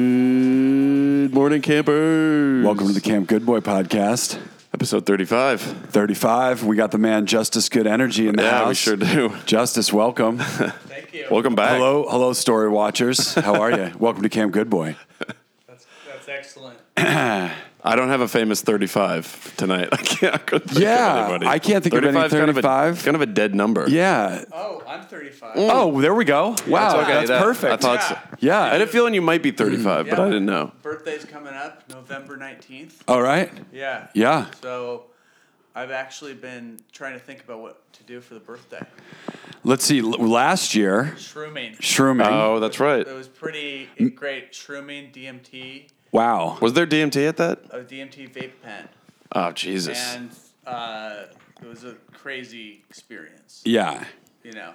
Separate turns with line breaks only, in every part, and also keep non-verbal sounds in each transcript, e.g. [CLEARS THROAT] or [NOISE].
Good morning, campers.
Welcome to the Camp Good Boy podcast.
episode 35.
35. We got the man Justice Good Energy in the
Yeah,
house.
we sure do.
Justice, welcome.
Thank you.
Welcome back.
hello, hello, story watchers. How are
[LAUGHS]
you? welcome to Camp Good Boy.
That's, that's excellent.
I don't have a famous 35 tonight. [LAUGHS] I can't. I couldn't think of
Yeah,
anybody.
I can't think of
35
any
's kind Kind of,
35.
a, dead number. Mm.
Yeah.
Oh, I'm 35.
Oh, there we go. Wow,
It's okay,
that's
that-
perfect.
I thought so.
yeah.
I had a feeling you might be 35, but
Yeah.
I didn't know.
Birthday's coming up, November 19th.
All right.
Yeah.
Yeah.
So I've actually been trying to think about what to do for the birthday.
Let's see. L- Last year,
Shrooming.
shrooming.
Oh, that's right.
It was pretty great. Shrooming, DMT,
wow.
Was there DMT at that?
a DMT vape pen.
Oh, Jesus.
And uh, it was a crazy experience,
yeah.
you know.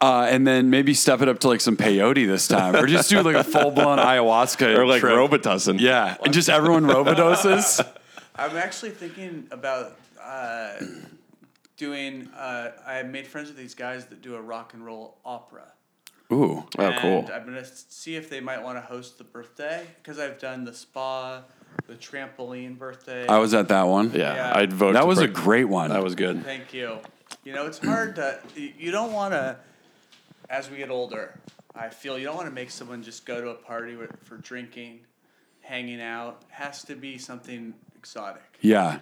Uh, and then maybe step it up to like some peyote this time, or just
[LAUGHS]
do like a full blown ayahuasca
or like
trip.
Robitussin.
Yeah, and
[LAUGHS]
just everyone robodoses.
I'm actually thinking about uh, doing. Uh, I made friends with these guys that do a rock and roll opera.
Ooh,
Oh, cool.
And uh, I'm gonna s- see if they might want to host the birthday because I've done the spa, the trampoline birthday.
I was at that one.
Yeah,
Yeah.
I'd vote.
that
to
was a
break-
great one.
That was good.
Thank you. You know, it's hard to. y- You don't want to. As we get older, I feel you don't want to make someone just go to a party with, for drinking, hanging out. Has to be something exotic.
yeah.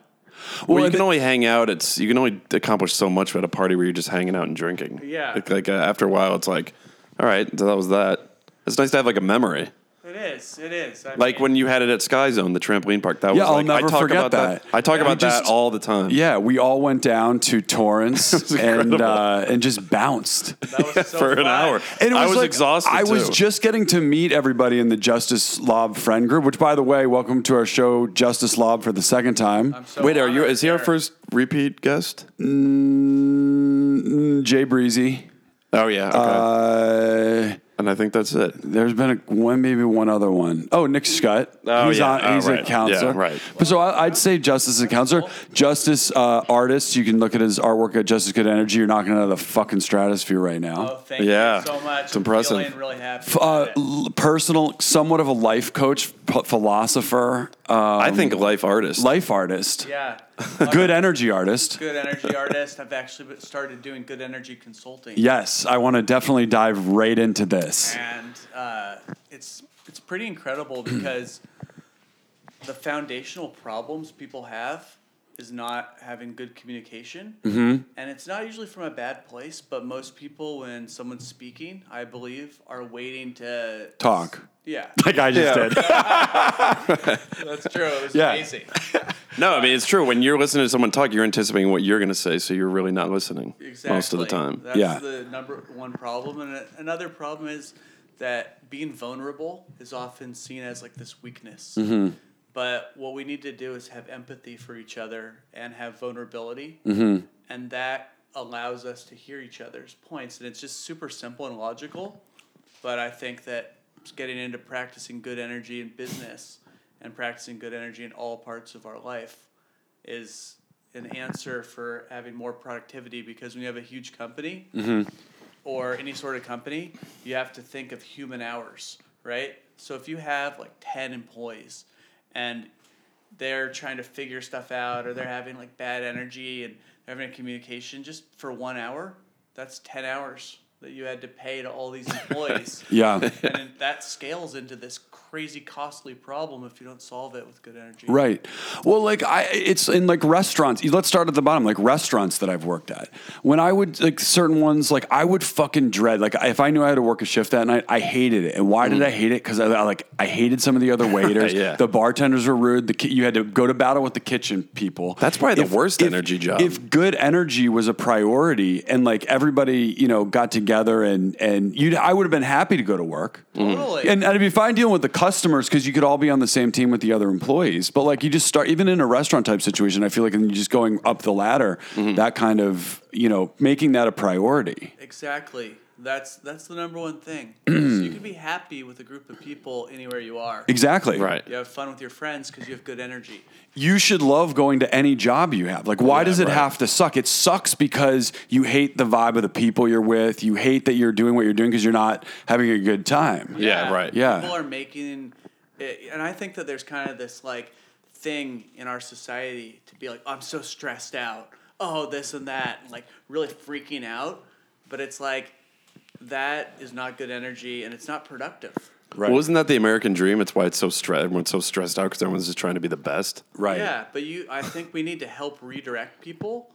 Well, you can
and th-
only hang out. It's you can only accomplish so much at a party where you're just hanging out and drinking.
Yeah.
Like, like, uh, after a while, it's like, all right, so that was that. It's nice to have like a memory,
It is. It is. I
like
mean-
when you had it at Sky Zone, the trampoline park. That
Yeah,
was
I'll
like,
never
I talk
forget
about that.
that.
I talk
We
about that
just-
all the time.
yeah, we all went down
[LAUGHS]
to Torrance and uh, and just bounced.
That was so
for an
fun.
hour.
And it
I was
like,
exhausted.
I was
too.
just getting to meet everybody in the Justice Lob friend group, which, by the way, welcome to our show, Justice Lob, for the second time.
I'm so
Wait, are you?
honored
Is he our
there.
first repeat guest?
Mm, Jay Breezy.
Oh yeah. Okay.
Uh,
and I think that's it.
There's been a, one, maybe one other one. Oh, Nick Scott.
Oh,
he's
yeah. Oh,
he's a
right.
counselor.
Yeah, right.
But so I, I'd say Justice is a counselor. Justice uh, artist. You can look at his artwork at Justice Good Energy. You're knocking out of the fucking stratosphere right
Oh,
now.
thank
Yeah.
you so much.
It's impressive.
I'm feeling really happy.
Uh,
about it.
l- personal, somewhat of a life coach, p- philosopher, uh,
I think life artist.
life artist,
[LAUGHS]
yeah.
good energy artist.
good energy artist. I've actually started doing good energy consulting.
Yes, I want to definitely dive right into this.
And uh, it's it's pretty incredible because the foundational problems people have is not having good communication.
Mm-hmm.
And it's not usually from a bad place, but most people when someone's speaking, I believe, are waiting to
Talk
Yeah.
like I just
Yeah.
did.
That's true. It
[LAUGHS]
was
Yeah.
amazing.
No, I mean it's true. When you're listening to someone talk, you're anticipating what you're going to say, so you're really not listening
Exactly.
most of the time.
That's
Yeah.
the number one problem. And a- another problem is that being vulnerable is often seen as like this weakness.
Mm-hmm.
But what we need to do is have empathy for each other and have vulnerability.
Mm-hmm.
And that allows us to hear each other's points. And it's just super simple and logical. But I think that just getting into practicing good energy in business and practicing good energy in all parts of our life is an answer for having more productivity because when you have a huge company
Mm-hmm.
or any sort of company, you have to think of human hours, right? So if you have like 10 employees and they're trying to figure stuff out or they're having like bad energy and they're having a communication just for one hour, that's 10 hours that you had to pay to all these employees.
[LAUGHS] Yeah.
[LAUGHS] And then that scales into this crazy costly problem if you don't solve it with good energy.
Right. Well, like I, it's in like restaurants. Let's start at the bottom, like restaurants that I've worked at. When I would like certain ones, like I would fucking dread. Like if I knew I had to work a shift that night, I hated it. And why did I hate it? Because I, I, like I hated some of
[LAUGHS]
the other waiters.
Mm. Yeah.
The bartenders were rude. The ki- you had to go to battle with the kitchen people.
That's probably the worst energy job.
If good energy was a priority, and like everybody, you know, got together and and you, I would have been happy to go to work.
Mm-hmm.
Totally.
And I'd be fine dealing with the customers because you could all be on the same team with the other employees. But like you just start, even in a restaurant type situation, I feel like and you're just going up the ladder,
Mm-hmm.
that kind of, you know, making that a priority.
Exactly. That's that's the number one thing. Is you can can be happy with a group of people anywhere you are.
Exactly.
Right.
You have fun with your friends because you have good energy.
You should love going to any job you have. Like, why
Yeah,
does it
right.
have to suck? It sucks because you hate the vibe of the people you're with. You hate that you're doing what you're doing because you're not having a good time.
Yeah, right.
Yeah.
People are making, it, and I think that there's kind of this like thing in our society to be like, I'm so stressed out. Oh, this and that, and like really freaking out. But it's like that is not good energy, and it's not productive.
Right.
Well, isn't that the American dream? It's why it's so stressed. Everyone's so stressed out because everyone's just trying to be the best.
Right.
Yeah, but you, I think we need to help redirect people.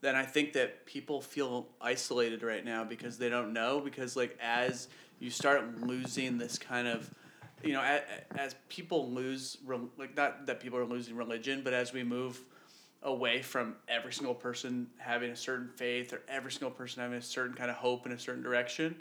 Then I think that people feel isolated right now because they don't know. Because like as you start losing this kind of, you know, as, as people lose, rel- like not that people are losing religion, but as we move away from every single person having a certain faith or every single person having a certain kind of hope in a certain direction,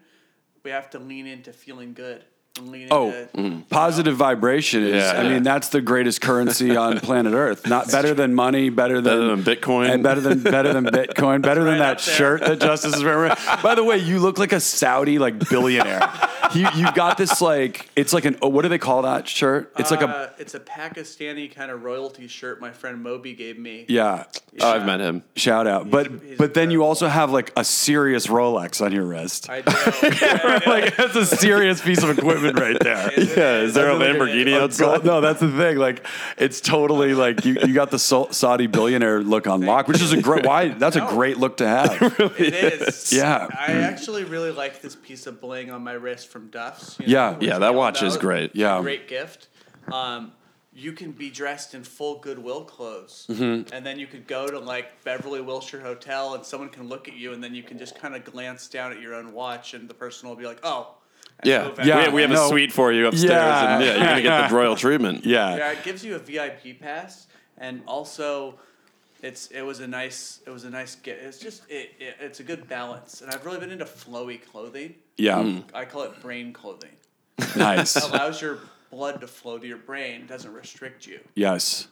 we have to lean into feeling good. and Lean
Oh,
into,
positive vibration is.
Yeah,
I
yeah.
mean, that's the greatest currency
[LAUGHS]
on planet Earth. Not better than money, better
Better
than,
than Bitcoin.
and better than better than Bitcoin, better than
Right
that
up there.
shirt that Justice is
[LAUGHS]
wearing. By the way, you look like a Saudi like billionaire. you you got this like it's like an oh, what do they call that shirt? It's like a
Uh, it's a Pakistani kind of royalty shirt my friend Moby gave me.
yeah.
Oh, I've met him.
Shout out,
he's
but but then you also have like a serious Rolex on your wrist. [LAUGHS]
[LAUGHS] I do.
like that's a serious piece of equipment right
[LAUGHS]
there.
[LAUGHS] Yeah, is there a Lamborghini
Oh,
outside?
God, no, that's the thing. Like, it's totally like you, you got the Sau- Saudi billionaire look on lock, which is a great. Why? That's a great look to have.
Oh,
[LAUGHS]
it is.
Yeah.
I actually really like this piece of bling on my wrist from Duff's. you
Yeah.
which
Yeah,
we
that
all
watch is
know.
great.
It's a
Yeah.
Great gift. Um, you can be dressed in full Goodwill clothes,
Mm-hmm.
and then you could go to like Beverly Wilshire Hotel, and someone can look at you, and then you can just kind of glance down at your own watch, and the person will be like, "Oh, and
Yeah.
go back.
Yeah.
We, we have
no.
a suite for you upstairs.
Yeah.
And yeah, you're going to get the royal treatment.
[LAUGHS] Yeah.
[LAUGHS]
Yeah, it gives you a VIP pass, and also, it's it was a nice it was a nice get. It's just it, it it's a good balance, and I've really been into flowy clothing.
Yeah.
Mm.
I call it brain clothing.
Nice.
It allows your blood to flow to your brain, doesn't restrict you.
Yes.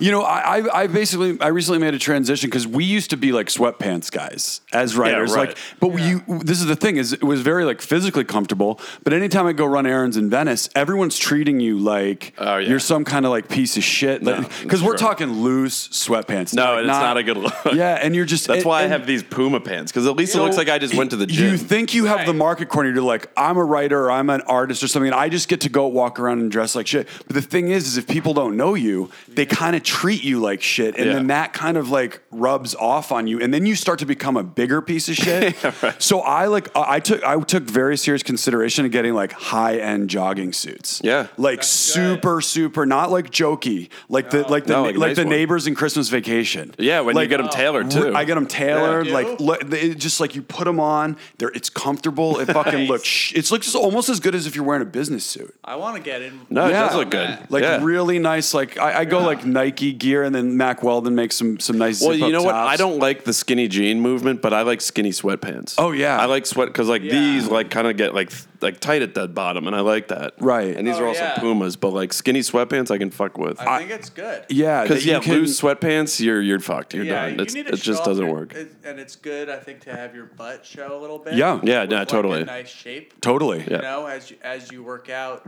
You know, I, I, I basically I recently made a transition because we used to be like sweatpants guys as writers,
right.
like. But we you, this is the thing is it was very like physically comfortable. But anytime I go run errands in Venice, everyone's treating you like
Oh, yeah.
you're some kind of like piece of shit.
No,
Because
that's
we're
true.
talking loose sweatpants.
No, and
like
it's not a good look.
[LAUGHS] Yeah, and you're just
That's
and-
why I
and
have these Puma pants because at least it looks like I just went to the gym.
You think you have the
Right.
market corner. You're like, I'm a writer or I'm an artist or something, and I just get to go walk around and dress like shit. But the thing is, is if people don't know you, they kind of treat you like shit. And
Yeah.
then that kind of like rubs off on you. And then you start to become a bigger piece
[LAUGHS]
of shit. So I like uh, I I took I took very serious consideration of getting like high end jogging suits.
Yeah.
Like
That's good.
super, super, not like jokey. Like the like the
No, like
like,
a nice
the
one.
neighbors in Christmas vacation.
yeah, when
Like, uh,
you get them tailored too.
I get them tailored,
Yeah.
like
Ew.
look, they- it just like you put them on. They're it's comfortable. It fucking
[LAUGHS] Nice.
looks. Sh- it's looks almost as good as if you're wearing a business suit.
I want to get in.
No, it
Yeah.
does look good.
Like
Yeah.
really nice. Like I, I go like Nike gear, and then Mac Weldon makes some some nice.
Well,
zip-up
you know what?
tops.
I don't like the skinny jean movement, but I like skinny sweatpants.
Oh, yeah.
I like sweat because like
Yeah.
these like kind of get like th- like tight at the bottom, and I like that.
Right.
And these
Oh,
are also
yeah.
Pumas, but like skinny sweatpants, I can fuck with.
I think it's good.
Yeah, that
Because
you
yeah,
can-
loose sweatpants, you're you're fucked. You're
Yeah,
done.
you
It's,
need to
it
show
just
off
doesn't
your-
work.
it- and it's good, I think, to have your butt show a little bit.
Yeah.
Yeah,
With,
no,
like, a
totally.
nice shape.
totally.
Yeah.
You know, as you, as you work out,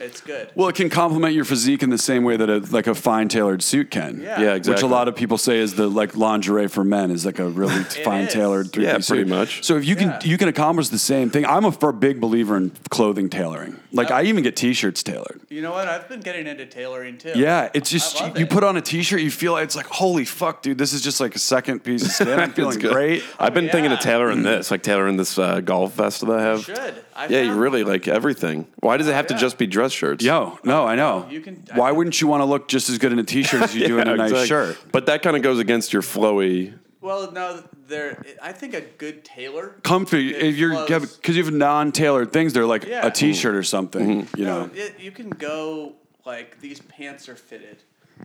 it's good.
Well, it can complement your physique in the same way that a like a fine tailored suit can.
Yeah.
yeah, exactly.
Which a lot of people say is the like lingerie for men is like a
[LAUGHS]
really fine tailored
is.
three
Yeah,
piece
pretty
suit.
much.
So if you can
Yeah.
you can accomplish the same thing. I'm a for a big believer in clothing tailoring. Like I even get t-shirts tailored.
You know what? I've been getting into tailoring too.
Yeah, it's just
I
you,
love it.
put on a t-shirt, you feel like it's like holy fuck, dude. This is just like a second piece
[LAUGHS]
of skin. I'm feeling
good.
great.
I've been thinking of
Oh, yeah.
[CLEARS THROAT]
tailoring this, like tailoring this uh, golf vest that I have.
should. I
yeah, you
found-
really like everything. Why does it have to
Yeah.
just be dress shirts?
Yo, no, I know.
You can-
Why wouldn't you want to look just as good in a t-shirt as you
[LAUGHS]
do in a nice
exactly.
shirt?
But that kind of goes against your flowy.
Well, no, there. I think a good tailor.
Comfy
It
if you're
flows.
because you have non-tailored things. They're like
Yeah.
a t-shirt or something.
Mm-hmm.
You know.
No, it, um, you can go like these pants are fitted,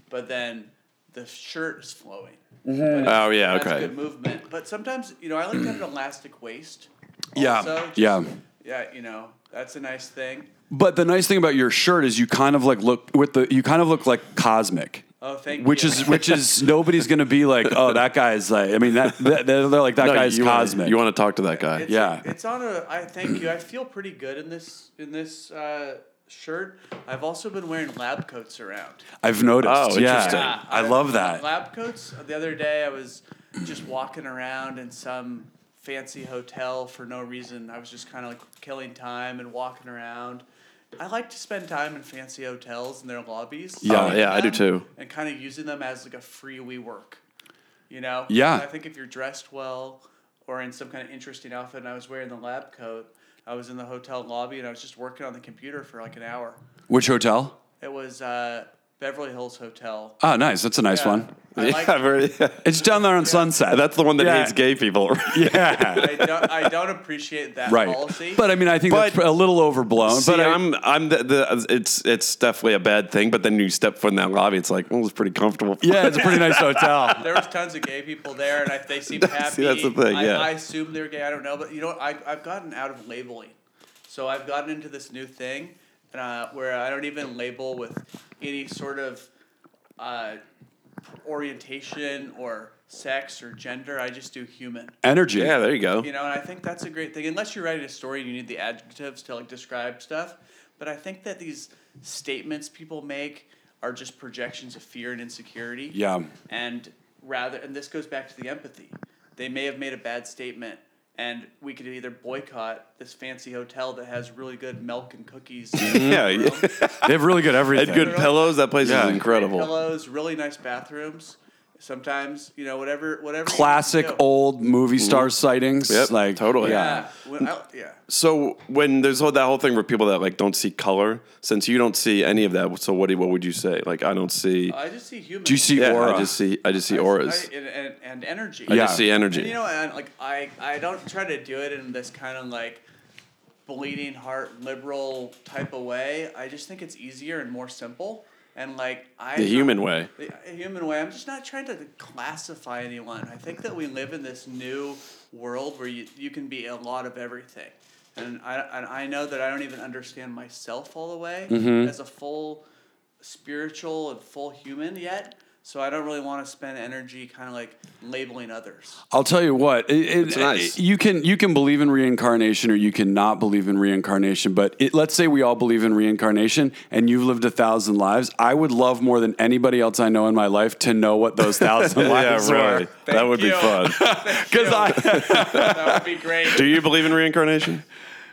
but then the shirt is flowing.
Oh yeah,
That's
okay.
good movement. But sometimes, you know, I like to have an elastic waist.
Yeah,
Also, just-
yeah.
Yeah, you know, that's a nice thing.
But the nice thing about your shirt is you kind of like look with the you kind of look like cosmic.
Oh, thank
Which
you.
is which
[LAUGHS]
is nobody's going to be like, oh, that guy's like. I mean, that, that they're like that
No,
guy's
you wanna-
cosmic.
you want to talk to that guy?
It's,
Yeah.
It's on a. I thank you. I feel pretty good in this in this uh, shirt. I've also been wearing lab coats around.
I've noticed.
Oh,
yeah.
interesting.
I love that.
Lab coats. The other day, I was just walking around in some fancy hotel for no reason. I was just kind of like killing time and walking around. I like to spend time in fancy hotels and their lobbies.
Yeah.
Oh, yeah, I do too.
And kind of using them as like a free we work. You know?
Yeah.
And I think if you're dressed well or in some kind of interesting outfit, and I was wearing the lab coat, I was in the hotel lobby and I was just working on the computer for like an hour.
Which hotel?
It was uh, Beverly Hills Hotel.
Oh, nice. That's a nice
Yeah.
one.
I
yeah, [LAUGHS]
like-
very, yeah.
It's down there on Sunset.
That's the one that
Yeah.
hates gay people.
[LAUGHS]
[LAUGHS]
yeah.
[LAUGHS] I don't, I don't appreciate that
right.
policy.
But I mean, I think
But-
that's a little overblown.
See,
but I,
I'm, I'm the, the, it's, it's definitely a bad thing. But then you step foot in that lobby, it's like, oh, it's pretty comfortable.
[LAUGHS] yeah, it's a pretty nice hotel.
there was tons of gay people there, and I, they seemed
[LAUGHS]
happy.
See, that's the thing,
I,
yeah.
I assume they're gay. I don't know, but you know, what? I, I've gotten out of labeling, so I've gotten into this new thing uh, where I don't even label with any sort of uh, orientation or sex or gender. I just do human.
[LAUGHS]
Energy.
yeah, there you go.
You know, and I think that's a great thing. Unless you're writing a story and you need the adjectives to like describe stuff. But I think that these statements people make are just projections of fear and insecurity.
Yeah.
And rather, and this goes back to the empathy. They may have made a bad statement, and we could either boycott this fancy hotel that has really good milk and cookies.
Mm-hmm.
[LAUGHS]
Yeah,
room,
yeah.
great
They have really good everything.
And good pillows. That place
Yeah.
is incredible.
Pillows, really nice bathrooms. Sometimes, you know, whatever, whatever. you
Classic
do.
old movie star sightings.
Mm-hmm. Yep,
Like
totally.
Yeah.
Yeah. When I- yeah.
So when there's all that whole thing where people that like don't see color, since you don't see any of that, so what do, what would you say? Like I don't see.
I just see humans.
Do you see
yeah,
aura?
I just see. I just see
I-
auras.
I- and, and, and energy.
I
Yeah.
just see energy.
And, you know, and like I, I don't try to do it in this kind of like bleeding heart liberal type of way. I just think it's easier and more simple. And like I,
the human way.
the human way. I'm just not trying to classify anyone. I think that we live in this new world where you, you can be a lot of everything. And I, and I know that I don't even understand myself all the way
Mm-hmm.
as a full spiritual and full human yet. So I don't really want to spend energy kind of like labeling others.
I'll tell you what. It, it-
It's nice.
You can you can believe in reincarnation or you cannot believe in reincarnation. But it, let's say we all believe in reincarnation, and you've lived a thousand lives. I would love more than anybody else I know in my life to know what
[LAUGHS]
those thousand lives were.
That would be
you.
fun.
[LAUGHS]
Because I, [LAUGHS]
That would be
[LAUGHS]
great.
do you believe in reincarnation?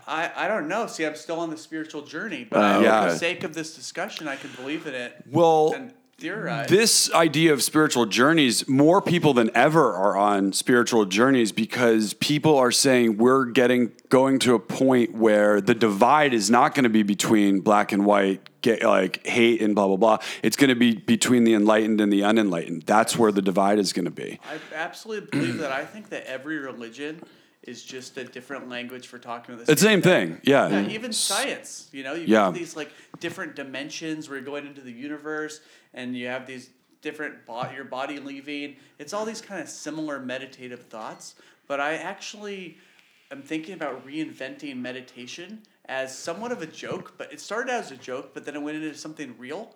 I, I don't know. See, I'm still on the spiritual journey, but
Oh,
for
yeah.
the sake of this discussion, I can believe in it
well,
and theorize.
this idea of spiritual journeys more people than ever are on spiritual journeys because people are saying we're getting going to a point where the divide is not going to be between black and white ga- like hate and blah blah blah it's going to be between the enlightened and the unenlightened that's where the divide is going to be
I absolutely believe that. I think that every religion is just a different language for talking to this.
it's the same thing yeah,
Yeah, even science, you know, you
Yeah.
have these like different dimensions where you're going into the universe, and you have these different bo- your body leaving. It's all these kind of similar meditative thoughts. But I actually am thinking about reinventing meditation as somewhat of a joke. But it started out as a joke, but then it went into something real.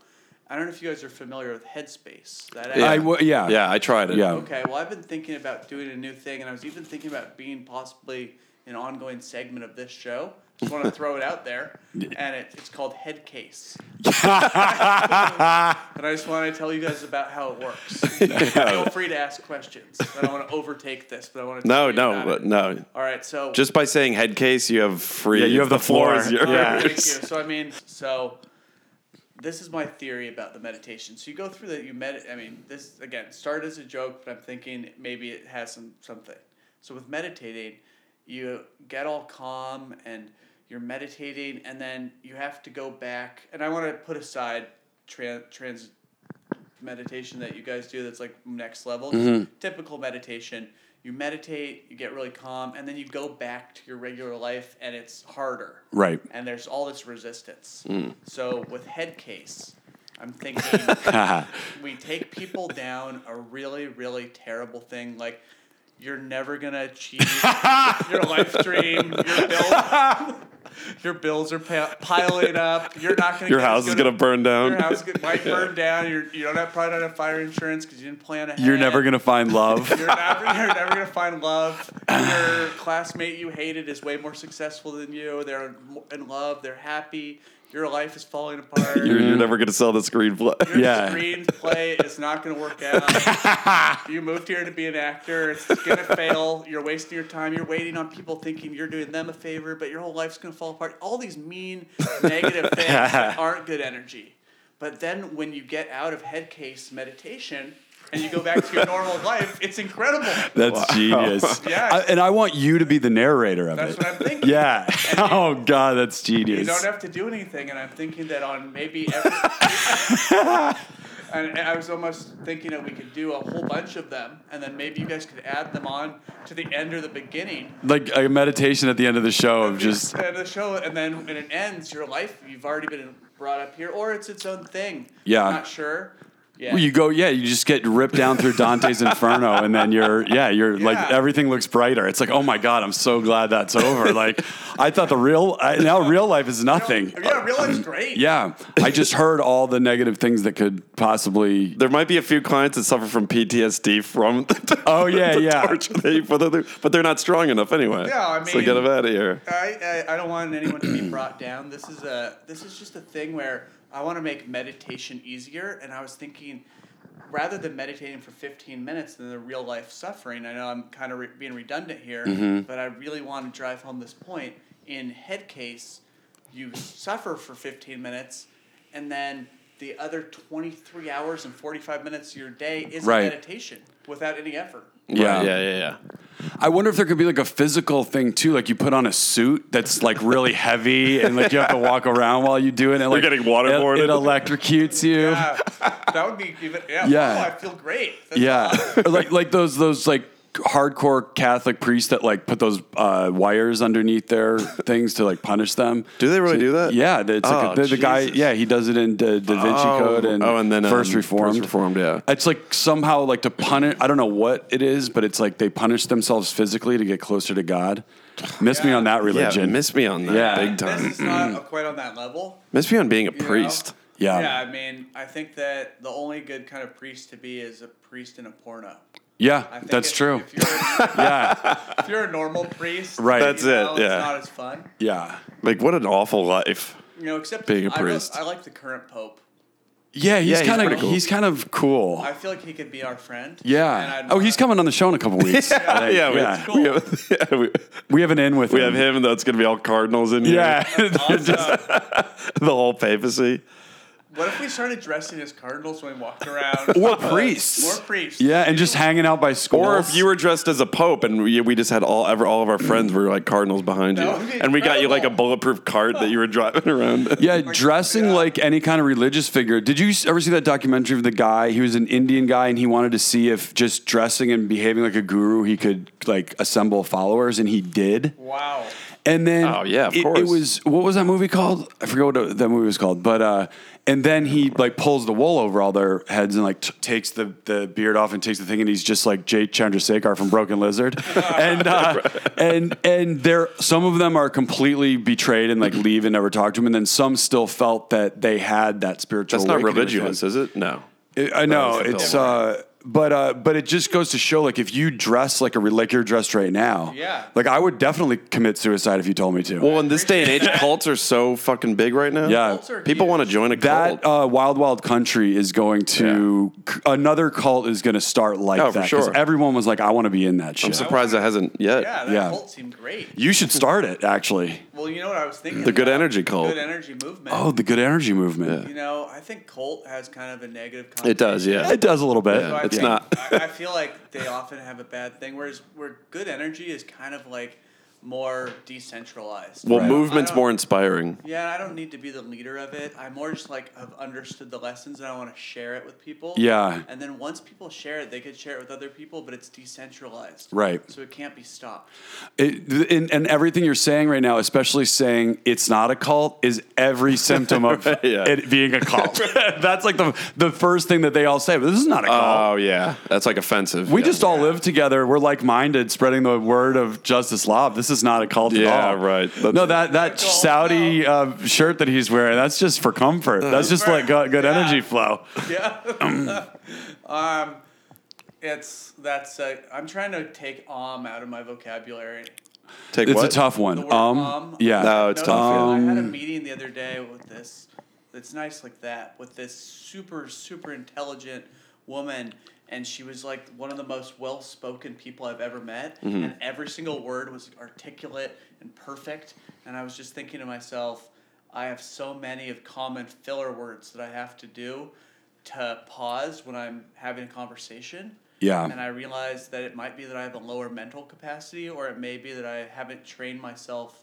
I don't know if you guys are familiar with Headspace. That
I
app.
w- yeah
Yeah, I tried it.
Yeah.
Okay, well, I've been thinking about doing a new thing, and I was even thinking about being possibly an ongoing segment of this show. Just
[LAUGHS]
want to throw it out there, and it, it's called Head Case. and I just want to tell you guys about how it works.
[LAUGHS]
Feel free to ask questions. I don't want to overtake this, but I want to. Tell
No,
you
no,
about
but
it.
no.
All right, so
Just by saying head case, you have free.
Yeah, you have the floor.
is yours.
Yeah.
Thank you. So I mean, so this is my theory about the meditation. So you go through that. You med. I mean, this again started as a joke, but I'm thinking maybe it has some something. So with meditating, you get all calm and you're meditating, and then you have to go back. And I want to put aside trans trans meditation that you guys do that's like next level.
Mm-hmm.
Typical meditation. You meditate, you get really calm, and then you go back to your regular life and it's harder.
Right.
And there's all this resistance.
Mm.
So with head case,
[LAUGHS]
I'm thinking we take people down a really, really terrible thing like You're never gonna achieve your life dream. Your bills,
[LAUGHS]
your bills are pa- piling up. You're not
[LAUGHS]
gonna.
Your
get as
house is
good
gonna burn down.
Your house get- might burn down. You're, you don't have probably don't have fire insurance because you didn't plan ahead.
[LAUGHS] You're never gonna find love.
[LAUGHS] You're never, you're never gonna find love. Your classmate you hated is way more successful than you. They're in love. They're happy. Your life is falling apart.
You're, you're never gonna sell the screenplay.
Your
Yeah.
screenplay is not going to work out. you moved here to be an actor. It's going to fail. You're wasting your time. You're waiting on people thinking you're doing them a favor, but your whole life's going to fall apart. All these mean, negative things that aren't good energy. But then when you get out of head case meditation and you go back to your normal life, it's incredible.
That's genius.
Yes.
I- and I want you to be the narrator of
That's
it.
what I'm
[LAUGHS]
thinking.
yeah.
you-
oh God, that's
You
genius.
don't have to do anything, and I'm thinking that on maybe
[LAUGHS]
every. and I was almost thinking that we could do a whole bunch of them, and then maybe you guys could add them on to the end or the beginning
like a meditation at the end of the show of just
of the show, and then when it ends, your life you've already been brought up here, or it's its own thing.
Yeah.
not sure. Yeah.
you go. Yeah, you just get ripped down through Dante's Inferno, and then you're yeah, you're like
Yeah.
everything looks brighter. It's like oh my God, I'm so glad that's over. like I thought the real I, now real life is nothing.
Yeah, real life's great.
Yeah, I just heard all the negative things that could possibly.
[LAUGHS] There might be a few clients that suffer from PTSD from the, [LAUGHS]
Oh yeah,
the
yeah.
torture they put them through, but they're not strong enough anyway.
Yeah, I
so get
mean-
them out of here.
I, I, I don't want anyone to be brought down. This is a this is just a thing where I want to make meditation easier, and I was thinking rather than meditating for 15 minutes and the real life suffering. I know I'm kind of re- being redundant here,
Mm-hmm.
but I really want to drive home this point. In head case, you suffer for 15 minutes, and then the other 23 hours and 45 minutes of your day is
Right.
meditation without any effort.
Yeah.
Right, yeah, yeah, yeah.
I wonder if there could be like a physical thing too, like you put on a suit that's like really heavy and like you have to walk around while you do it. And like
getting waterboarded.
It, it electrocutes you.
Yeah, that would be even. Yeah,
Yeah.
wow, I feel great.
[LAUGHS]
That's
Yeah, Or like like those those like hardcore Catholic priests that like put those uh, wires
[LAUGHS]
underneath their things to like punish them.
Do they really do that?
Yeah, it's like
Oh,
the, the guy.
Jesus.
Yeah, he does it in Da, da Vinci
Oh,
Code and,
oh, and then,
First
um,
Reformed.
First Reformed, yeah.
it's like somehow like to punish. I don't know what it is, but it's like they punish themselves physically to get closer to God. Miss me
Yeah.
on that
Yeah,
religion.
miss me on that
Yeah.
big
This
time.
is not quite on that level.
Miss me on being a
you know?
priest.
Yeah.
Yeah, I mean, I think that the only good kind of priest to be is a priest in a porno. I
yeah,
think
that's
if-
true.
If you're,
[LAUGHS]
[LAUGHS]
yeah,
if you're a normal priest,
Right.
you
That's
know,
it, yeah.
It's not as fun.
yeah,
Like what an awful life.
You know, except
Being a
I really-
priest.
I like the current pope.
yeah. He's
Yeah, he's
kind of
pretty cool.
he's kind of cool.
I feel like he could be our friend. and
yeah.
I'd
Oh, he's
want-
coming on the show in a
[LAUGHS]
couple weeks. I think.
yeah, we,
yeah.
[LAUGHS] we have, yeah, we,
We have an in with
we
him.
have him. That's going to be all cardinals in here.
Yeah. [LAUGHS]
Awesome.
[LAUGHS] the whole papacy.
what if we started dressing as cardinals when
[LAUGHS]
we walked around?
or
More
priests.
priests.
Yeah, and just hanging out by school.
Or if you were dressed as a pope and we, we just had all ever all of our friends were like cardinals behind you,
That would be
and we got you
[LAUGHS]
like a
incredible.
bulletproof cart that you were driving around.
yeah, dressing
yeah.
like any kind of religious figure. Did you s- ever see that documentary of the guy? He was an Indian guy, and he wanted to see if just dressing and behaving like a guru, he could like assemble followers, and he did.
Wow.
And then,
Oh, yeah, of
it, it
course.
was what was that movie called? I forget what that movie was called. But uh, and then he like pulls the wool over all their heads and like t- takes the, the beard off and takes the thing and he's just like Jay Chandrasekhar from Broken Lizard, [LAUGHS] and uh, and and there some of them are completely betrayed and like leave and never talk to him, and then some still felt that they had that
[LAUGHS]
spiritual.
That's not
awakening with him.
religious, is it? No.
It- I know
it's a
it's,
film.
uh, but uh, but it just goes to show like if you dress like a re- like you're dressed right now,
Yeah.
like I would definitely commit suicide if you told me to.
Well, in this day and age, cults are so fucking big right now.
Yeah.
Cults are
people
huge.
want to join a
that
cult.
uh, Wild Wild Country is going to c- another cult is going to start like
Oh, for
that
sure.
everyone was like, I want to be in that shit.
I'm surprised that hasn't yet.
Yeah, that
Yeah.
cult seemed great.
you should start it actually.
Well, you know what I was thinking?
The good
about?
energy cult.
Good energy movement.
Oh, the good energy movement.
You know, I think cult has kind of a negative.
It does,
connotation.
yeah.
It does a little bit.
Yeah,
I
it's
think-
not.
I, I feel like they often have a bad thing. Whereas where good energy is kind of like more decentralized.
Well,
Right.
movement's
I don't-
more inspiring.
Yeah, I don't need to be the leader of it. I more just like have understood the lessons and I want to share it with people.
Yeah.
And then once people share it, they could share it with other people, but it's decentralized.
Right.
So it can't be stopped. [LAUGHS]
It, and, and everything you're saying right now, especially saying it's not a cult, is every symptom of
[LAUGHS] Yeah.
it being
[LAUGHS]
a cult. [LAUGHS] That's like the the first thing that they all say. But this is not a cult.
Oh yeah, that's like offensive.
we
yeah.
just all live together. We're like minded, spreading the word of justice love. This is not a cult at
Yeah,
all.
right. That's-
no, that that
It's a cult,
Saudi uh, shirt that he's wearing, that's just for comfort.
Uh-huh.
That's just like good, good
Yeah.
energy flow.
Yeah. [LAUGHS] um, it's that's uh, I'm trying to take um out of my vocabulary.
take
It's
what?
a tough one.
The word
um,
um.
yeah.
No, Oh, it's
No,
tough. yeah.
I had a meeting the other day with this. It's nice like that with this super super intelligent woman, and she was like one of the most well spoken people I've ever met,
Mm-hmm.
and every single word was articulate and perfect. And I was just thinking to myself, I have so many of common filler words that I have to do to pause when I'm having a conversation.
Yeah.
And I realized that it might be that I have a lower mental capacity, or it may be that I haven't trained myself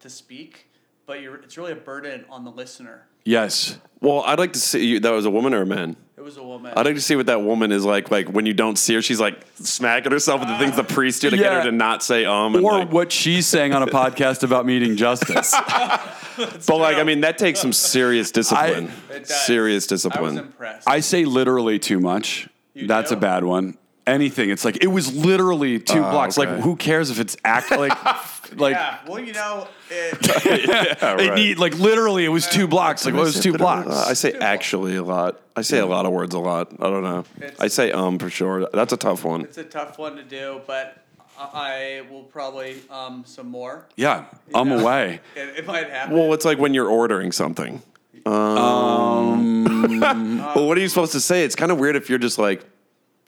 to speak. But you're, it's really a burden on the listener.
Yes.
Well, I'd like to see you, that was a woman or a man.
It was a woman.
I'd like to see what that woman is like. Like when you don't see her, she's like smacking herself with the things the priest do to get
Yeah.
her to not say um. And
or
like,
what she's saying
[LAUGHS]
on a podcast about meeting justice.
but like, I mean, that takes some
[LAUGHS]
serious discipline.
It does.
serious
I was
discipline.
impressed.
I say literally too much.
You
That's
do?
a bad one. Anything. It's like it was literally two
Oh,
blocks.
okay.
Like who cares if it's
[LAUGHS]
act like like
yeah. Well, you know,
[LAUGHS]
it,
Yeah,
it
right.
need like literally it was two blocks. Like well, it was two blocks.
I say actually a lot. I say a lot of words a lot. I don't know.
It's-
I say um for sure. That's a tough one.
it's a tough one to do, but I I will probably um some more.
yeah, I'm
Yeah.
away.
It, it might happen.
Well, it's like when you're ordering something. Um, [LAUGHS] but what are you supposed to say? It's kind of weird if you're just like,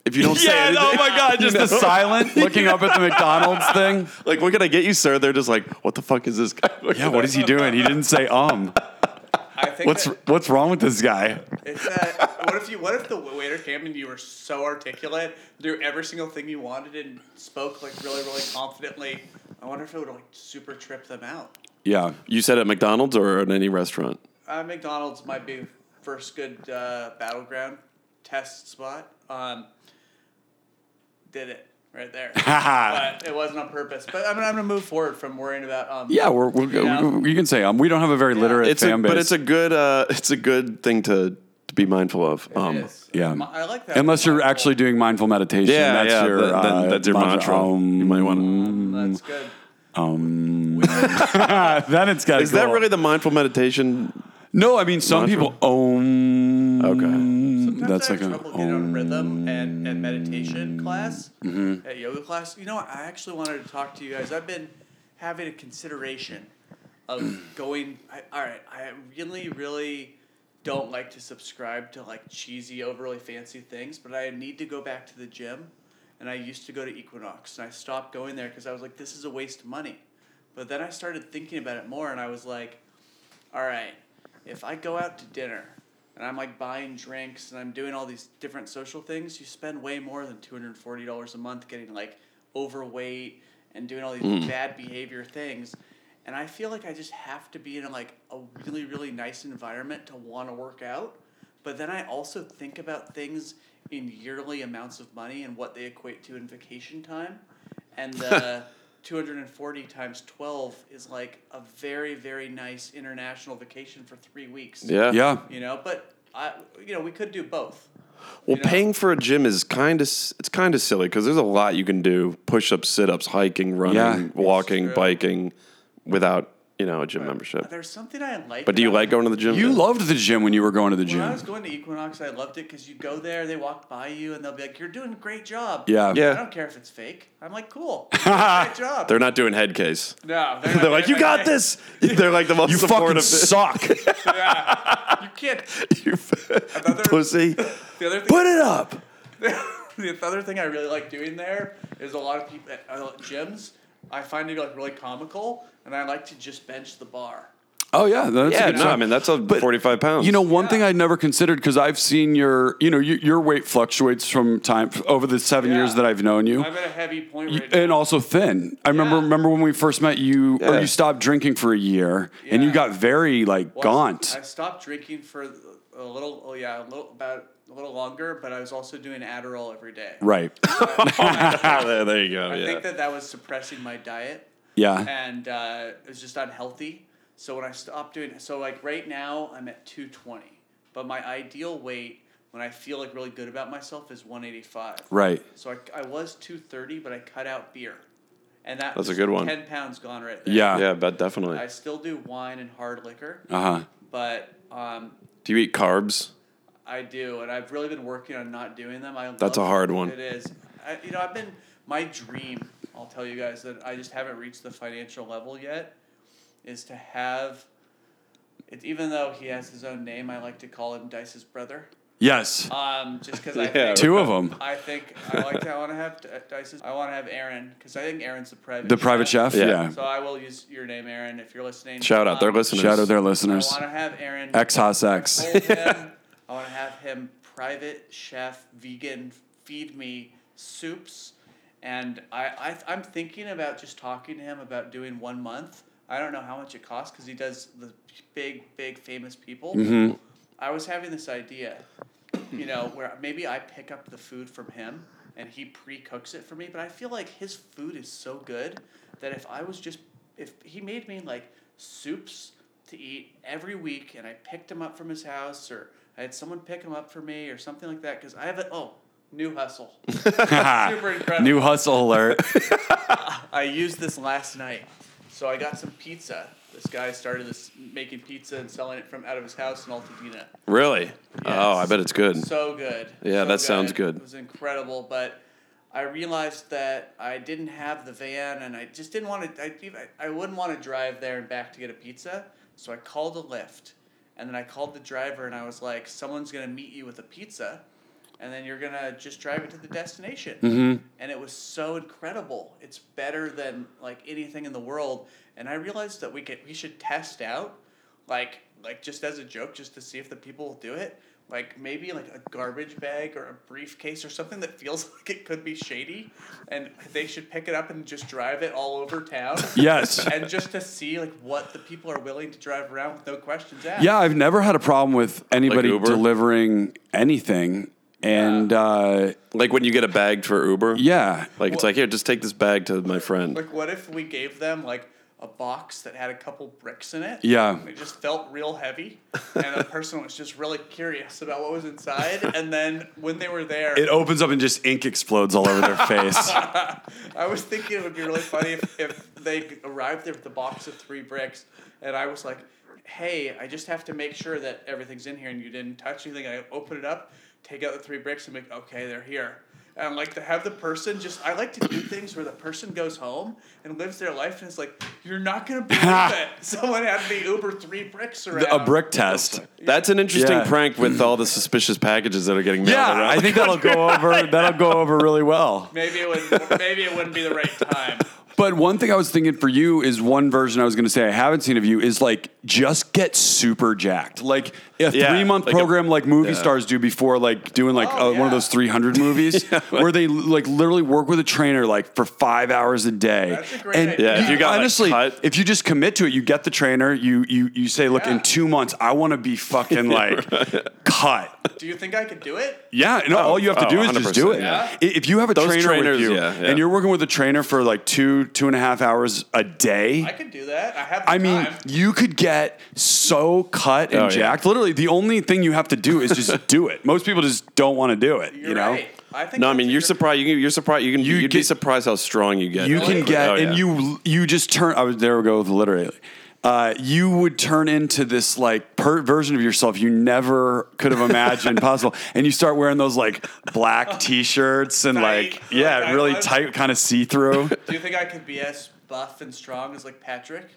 if you don't say
Yeah,
anything.
oh my god, just the silent looking up at the McDonald's thing.
Like, what can I get you, sir? They're just like, what the fuck is this guy?
Yeah, what is he doing? He didn't say um.
I think
What's
that
what's wrong with this guy?
it's that. What if you? What if the waiter came and you were so articulate, do every single thing you wanted, and spoke like really, really confidently? I wonder if it would like super trip them out.
Yeah.
You said at McDonald's or at any restaurant?
Uh, McDonald's might be first good uh, battleground test spot. Um, did it
[LAUGHS]
right there, but it wasn't on purpose. But I'm, I'm gonna move forward from worrying about um.
Yeah, we're, we're,
Yeah.
we you can say um. We don't have a very literate
It's a,
fan base.
but it's a good, uh, it's a good thing to, to be mindful of. Um,
Yes.
yeah.
Mi- I like that.
Unless you're
Mindful.
actually doing mindful meditation.
Yeah,
that's
yeah,
Your,
th- then
uh,
that's your mantra. You might wanna-
That's good.
[LAUGHS] then it's got to
is that really the mindful meditation?
No, I mean, some
Mantra?
people. Om.
Okay.
Sometimes
Mm, That's
I have
like a. Mm-hmm.
trouble getting on rhythm and, and meditation class, at yoga class. You know, what? I actually wanted to talk to you guys. I've been having a consideration of
[CLEARS THROAT]
going. I, all right, I really, really don't like to subscribe to like cheesy, overly fancy things, but I need to go back to the gym. And I used to go to Equinox, and I stopped going there because I was like, this is a waste of money. But then I started thinking about it more, and I was like, all right, if I go out to dinner and I'm like buying drinks and I'm doing all these different social things, you spend way more than $240 a month getting like overweight and doing all these bad behavior things. And I feel like I just have to be in like a really, really nice environment to want to work out. But then I also think about things in yearly amounts of money and what they equate to in vacation time.
[LAUGHS]
And the 240 times 12 is like a very, very nice international vacation for three weeks.
Yeah.
Yeah.
You know, but I, you know, we could do both.
Well,
You know?
paying for a gym is kind of it's kind of silly because there's a lot you can do: push-ups, sit-ups, hiking, running,
Yeah. It's
walking,
true.
biking, without you know a gym membership.
There's something I like.
But do you
about-
like going to the gym?
You loved the gym when you were going to the
When I
gym.
was going to Equinox, I loved it because you go there, they walk by you, and they'll be like, "You're doing a great job."
Yeah.
Yeah.
I don't care if it's fake. I'm
[LAUGHS]
like, "Cool, great job."
They're not doing head case.
no, they're,
[LAUGHS] They're like, you got
[LAUGHS]
this. They're like the most
You fucking [LAUGHS]
supportive.
suck.
[LAUGHS]
Yeah. You can't.
you
Another-
pussy.
The other thing
Put it up.
[LAUGHS] the other thing I really like doing there is a lot of uh, people at uh, gyms. I find it like really comical, and I like to just bench the bar.
Oh yeah, that's
Yeah,
a good
no,
shot.
I mean, that's a 45 pounds.
You know, one thing I never considered because I've seen your, you know, your, your weight fluctuates from time over the seven years
Yeah.
that I've known you,
I'm at a heavy point
You-
right
and
now.
also thin. I remember
Yeah.
remember when we first met you, or
Yeah.
you stopped drinking for a year, and you
Yeah.
got very like
Well,
gaunt.
I stopped drinking for a little. Oh yeah, a little about a little longer, but I was also doing Adderall every day.
right.
[LAUGHS]
Oh,
there, there you go.
I
yeah.
think that that was suppressing my diet,
Yeah.
and uh, it was just unhealthy. So when I stopped doing, so like right now I'm at 220, but my ideal weight when I feel like really good about myself is 185.
Right.
So I, I was 230, but I cut out beer, and that
That's a
was
good one.
10 pounds gone right there.
Yeah.
yeah, but definitely.
I still do wine and hard liquor,
Uh huh.
but um,
Do you eat carbs?
I do, and I've really been working on not doing them. I
That's
love-
a hard one.
It is. I, you know, I've been my dream. I'll tell you guys that I just haven't reached the financial level yet. Is to have. It's even though he has his own name, I like to call him Dice's brother.
Yes.
Um,
[LAUGHS]
just because I
Yeah,
think,
Two of them.
I think I like to. I want to have D- Dice's. I want to have Aaron because I think Aaron's the private.
The private chef.
Yeah.
Yeah.
So I will use your name, Aaron, if you're listening.
Shout out. They're
Um,
listeners.
Shout out their
I
listeners.
want to have Aaron.
Ex Haas
[LAUGHS]
X.
Hold him. I want to have him private chef vegan feed me soups, and I, I I'm thinking about just talking to him about doing one month. I don't know how much it costs because he does the big big famous people.
Mm-hmm.
I was having this idea, you know, where maybe I pick up the food from him and he pre cooks it for me. But I feel like his food is so good that if I was just if he made me like soups to eat every week and I picked him up from his house or I had someone pick him up for me or something like that because I have a oh new hustle super incredible
New hustle alert.
I used this last night. So I got some pizza. This guy started this making pizza and selling it from out of his house in Altadena.
[LAUGHS] Really? Oh, I bet it's good.
So good.
Yeah,
So
that sounds good.
It was incredible, but I realized that I didn't have the van, and I just didn't want to. I, I wouldn't want to drive there and back to get a pizza, so I called a Lyft, and then I called the driver, and I was like, "Someone's gonna meet you with a pizza." And then you're gonna just drive it to the destination,
Mm-hmm.
and it was so incredible. It's better than like anything in the world. And I realized that we could we should test out like like just as a joke just to see if the people will do it like maybe like a garbage bag or a briefcase or something that feels [LAUGHS] like it could be shady and they should pick it up and just drive it all over town
[LAUGHS]
[LAUGHS]
yes.
and just to see like what the people are willing to drive around with no questions asked
Yeah, I've never had a problem with anybody
Uber?
delivering anything. And yeah. Uh,
Like when you get a bag for Uber.
yeah.
Like it's like here, just take this bag to my friend.
like what if we gave them like a box that had a couple bricks in it
Yeah.
it just felt real heavy and the person was just really curious about what was inside and then when they were there
[LAUGHS] It opens up and just ink explodes all
[LAUGHS]
over their
[LAUGHS]
face.
I was thinking it would be really funny if, if they arrived there with a box of three bricks, and I was like, "Hey, I just have to make sure that everything's in here, and you didn't touch anything." I open it up, take out the three bricks, and be like, "Okay, they're here." And I'm like to have the person just. I like to do things where the person goes home and lives their life, and it's like, "You're not gonna believe it." Someone had me Uber three bricks around.
a brick test.
That's an interesting
Yeah.
prank with all the suspicious packages that are getting mailed
Yeah,
around.
I think
[LAUGHS]
that'll go over. That'll go over really well.
Maybe it would. Maybe it wouldn't be the right time.
But one thing I was thinking for you is one version I was going to say I haven't seen of you is like just get super jacked, like a
Yeah,
three month
like a-
program like movie
yeah.
stars do before like doing like
Oh,
uh, one of
yeah.
those three
[LAUGHS]
hundred movies where they like literally work with a trainer like for five hours a day.
That's a great idea.
Yeah, if you got, like,
honestly,
cut-
if you just commit to it, you get the trainer, you you you say, look, in
Yeah.
two months I want to be
[LAUGHS]
fucking like cut.
Do you think I could do it?
Yeah, no, all you have to
oh,
do is just do it.
100%, yeah.
I- If you have a
Those
trainer
trainers,
with you
yeah, yeah.
and you're working with a trainer for like two, two and a half hours a day,
I
I,
could do that. I have. The
mean,
time.
you could get so cut and
Oh, yeah.
jacked. Literally, the only thing you have to do
[LAUGHS]
is just do it. Most people just don't want to do it,
You're
you know?
right. I think
no, I
that's
mean
a
you're
good-
surprised. You, you're surprised. You can.
You
You would be
get-
surprised how strong you get.
You
really
can
quick.
get,
Oh, yeah.
and you you just turn. I was there. We go with literally. Uh, you would turn into this like per- version of yourself you never could have imagined
[LAUGHS]
possible, and you start wearing those like black T-shirts and
Tight,
like yeah,
like I
really
was.
tight, kind of see-through.
[LAUGHS] Do you think I could be as buff and strong as like Patrick?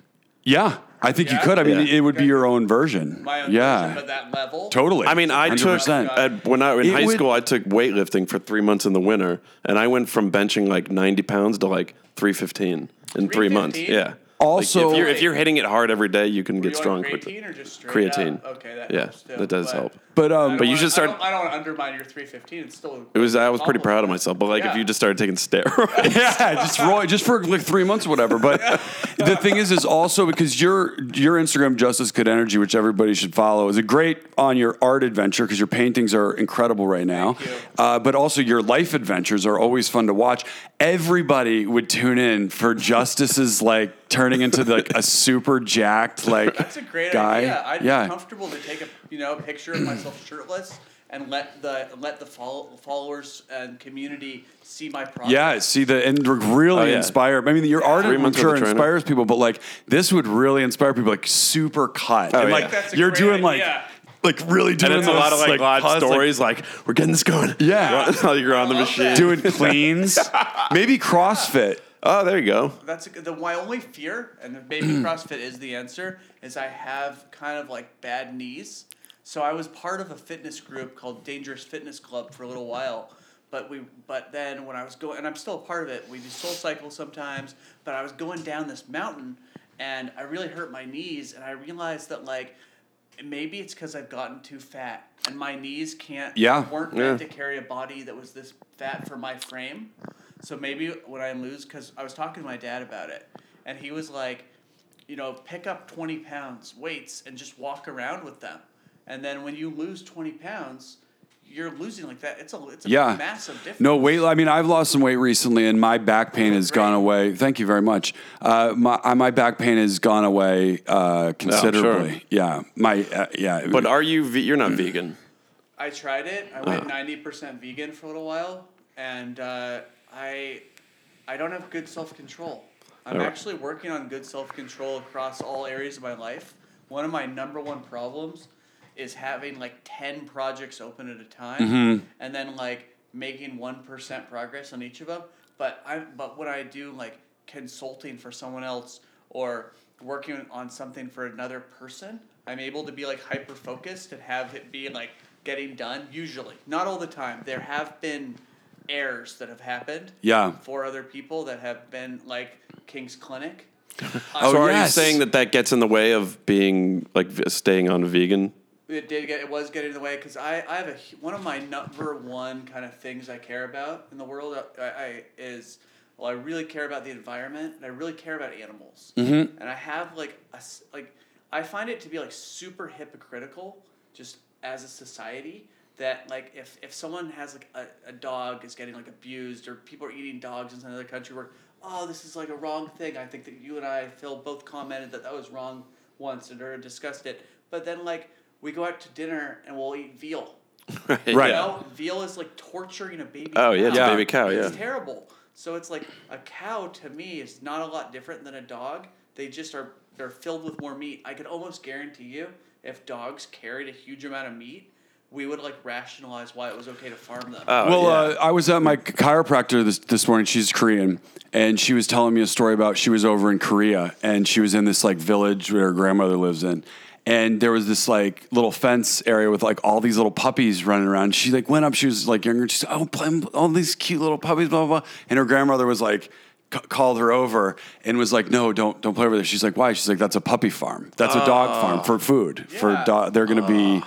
yeah, I think you
Yeah?
could. I mean,
Yeah.
it would be
Okay.
your own version.
My own
yeah,
version of that level.
totally.
I mean, I took
100%.
uh, when I in
It
high
would-
school, I took weightlifting for three months in the winter, and I went from benching like ninety pounds to like three fifteen in three months.
315?
Yeah,
Also-
if you're if you're hitting it hard every day, you can
Were
get
you on
strong
creatine
quickly.
or just straight
Creatine.
Up? Okay, that
yeah,
helps too,
that does
but-
help.
But
I don't
um,
But you
wanna-
should start-
I don't, I don't wanna undermine your 315. It's still.
It was I was pretty proud of myself, but like if
Oh. Yeah.
you just started taking steroids,
yeah, just Roy, just for like three months or whatever. But the thing is, is also because your your Instagram Justice Good Energy, which everybody should follow, is a great on your art adventure because your paintings are incredible right now.
Thank you.
Uh, but also your life adventures are always fun to watch. Everybody would tune in for Justice's like turning into like a super jacked like
That's a great
guy.
idea. I'd
yeah.
be comfortable to take a you know picture
[CLEARS THROAT]
of myself shirtless and let the let the follow, followers and community see my progress.
Yeah, see the and really
Oh, yeah.
inspire. I mean, your art
Three
I'm
months with
sure
a trainer.
inspires people, but like this would really inspire people. Like super cut, and
Oh, yeah.
like
That's a
you're
great
doing like
idea.
like really [LAUGHS] doing
and it's a lot of
those,
like, live
pause, like,
stories, like, we're getting this going. [LAUGHS]
[LAUGHS] Yeah.
While you're on the
I love
machine.
that.
doing
[LAUGHS]
cleans, maybe CrossFit.
Oh, there you go.
That's a, good- the my only fear, and maybe CrossFit is the answer. Is I have kind of like bad knees, so I was part of a fitness group called Dangerous Fitness Club for a little while. But we, but then when I was going, and I'm still a part of it. We do Soul Cycle sometimes. But I was going down this mountain, and I really hurt my knees, and I realized that like. Maybe it's because I've gotten too fat, and my knees can't
Yeah.
weren't
Yeah.
meant to carry a body that was this fat for my frame. So maybe when I lose, because I was talking to my dad about it, and he was like, you know, pick up 20 pounds weights and just walk around with them. And then when you lose 20 pounds, you're losing like that. It's a, it's a
Yeah.
massive difference.
No weight. I mean, I've lost some weight recently, and my back pain has
Great.
gone away. Thank you very much. Uh, my uh, my back pain has gone away uh, considerably. Yeah, my uh, yeah.
Oh, But are you? Ve- you're not vegan.
I tried it. I
Uh.
went ninety percent vegan for a little while, and uh, I, I don't have good self control. I'm
Alright.
actually working on good self control across all areas of my life. One of my number one problems is having like ten projects open at a time, and then like making one percent progress on each of them. But I but when I do like consulting for someone else or working on something for another person, I'm able to be like hyper focused and have it be like getting done. Usually, not all the time. There have been errors that have happened.
Yeah.
For other people that have been like King's Clinic.
Oh,
so are
yes.
you saying that that gets in the way of being like v- staying on vegan?
It did get. It was getting in the way because I, I have a hu- one of my number one kind of things I care about in the world. I, I is well, I really care about the environment and I really care about animals. Mm-hmm. And I have like a s- like I find it to be like super hypocritical just as a society that like if, if someone has like a, a dog is getting like abused or people are eating dogs in another country where oh this is like a wrong thing i think that you and i phil both commented that that was wrong once and or discussed it but then like we go out to dinner and we'll eat veal
Right.
you know, veal is like torturing a baby.
Oh, yeah,
cow.
it's a
Yeah. baby
cow,
It's
yeah.
terrible. So it's like a cow to me is not a lot different than a dog. They just are they're filled with more meat. I could almost guarantee you, if dogs carried a huge amount of meat, we would like rationalize why it was okay to farm them.
Oh,
well,
yeah.
uh, I was at my chiropractor this, this morning. She's Korean, and she was telling me a story about she was over in Korea and she was in this like village where her grandmother lives in. And there was this like little fence area with like all these little puppies running around. She like went up. She was like younger. and She's like, oh, play with all these cute little puppies, blah blah. blah. And her grandmother was like, c- called her over and was like, no, don't don't play with her. She's like, why? She's like, that's a puppy farm. That's a dog farm
Oh.
for food. For
Yeah.
dog, they're gonna be.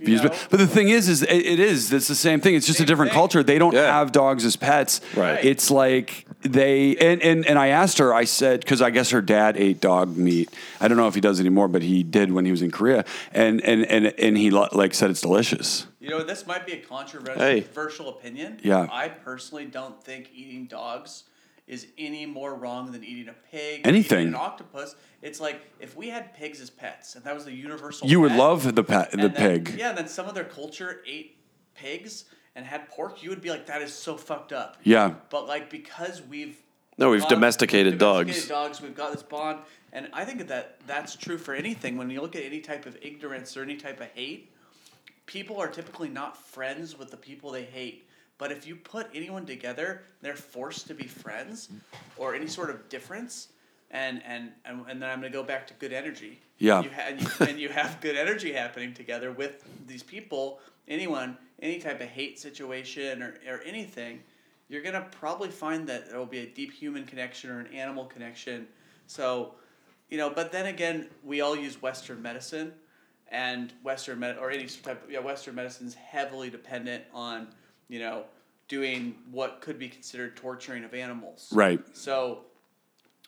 abused."
know?
But, but the thing is, is it, it is. It's the same thing. It's just a
Same
different
thing.
culture. They don't
Yeah.
have dogs as pets.
Right.
It's like they and and, and I asked her. I said because I guess her dad ate dog meat. I don't know if he does anymore, but he did when he was in Korea. And and and and he lo- like said it's delicious.
You know, this might be a controversial
Hey.
controversial opinion.
Yeah.
I personally don't think eating dogs is any more wrong than eating a pig.
Anything.
Eating an octopus. It's like if we had pigs as pets, and that was the universal.
You would
pet,
love the pet, the
and then-
pig.
Yeah, and then some other culture ate pigs and had pork. You would be like, that is so fucked up.
Yeah.
But like because we've
No, we've
got-
domesticated
we've
dogs.
domesticated dogs. We've got this bond, and I think that that's true for anything. When you look at any type of ignorance or any type of hate, people are typically not friends with the people they hate. But if you put anyone together, they're forced to be friends, or any sort of difference. And and and, and then I'm gonna go back to good energy.
Yeah.
You ha- and, you, and you have good energy happening together with these people. Anyone, any type of hate situation or or anything, you're gonna probably find that there will be a deep human connection or an animal connection. So you know, but then again, we all use Western medicine, and Western med- or any type of yeah, Western medicine is heavily dependent on you know doing what could be considered torturing of animals.
Right.
So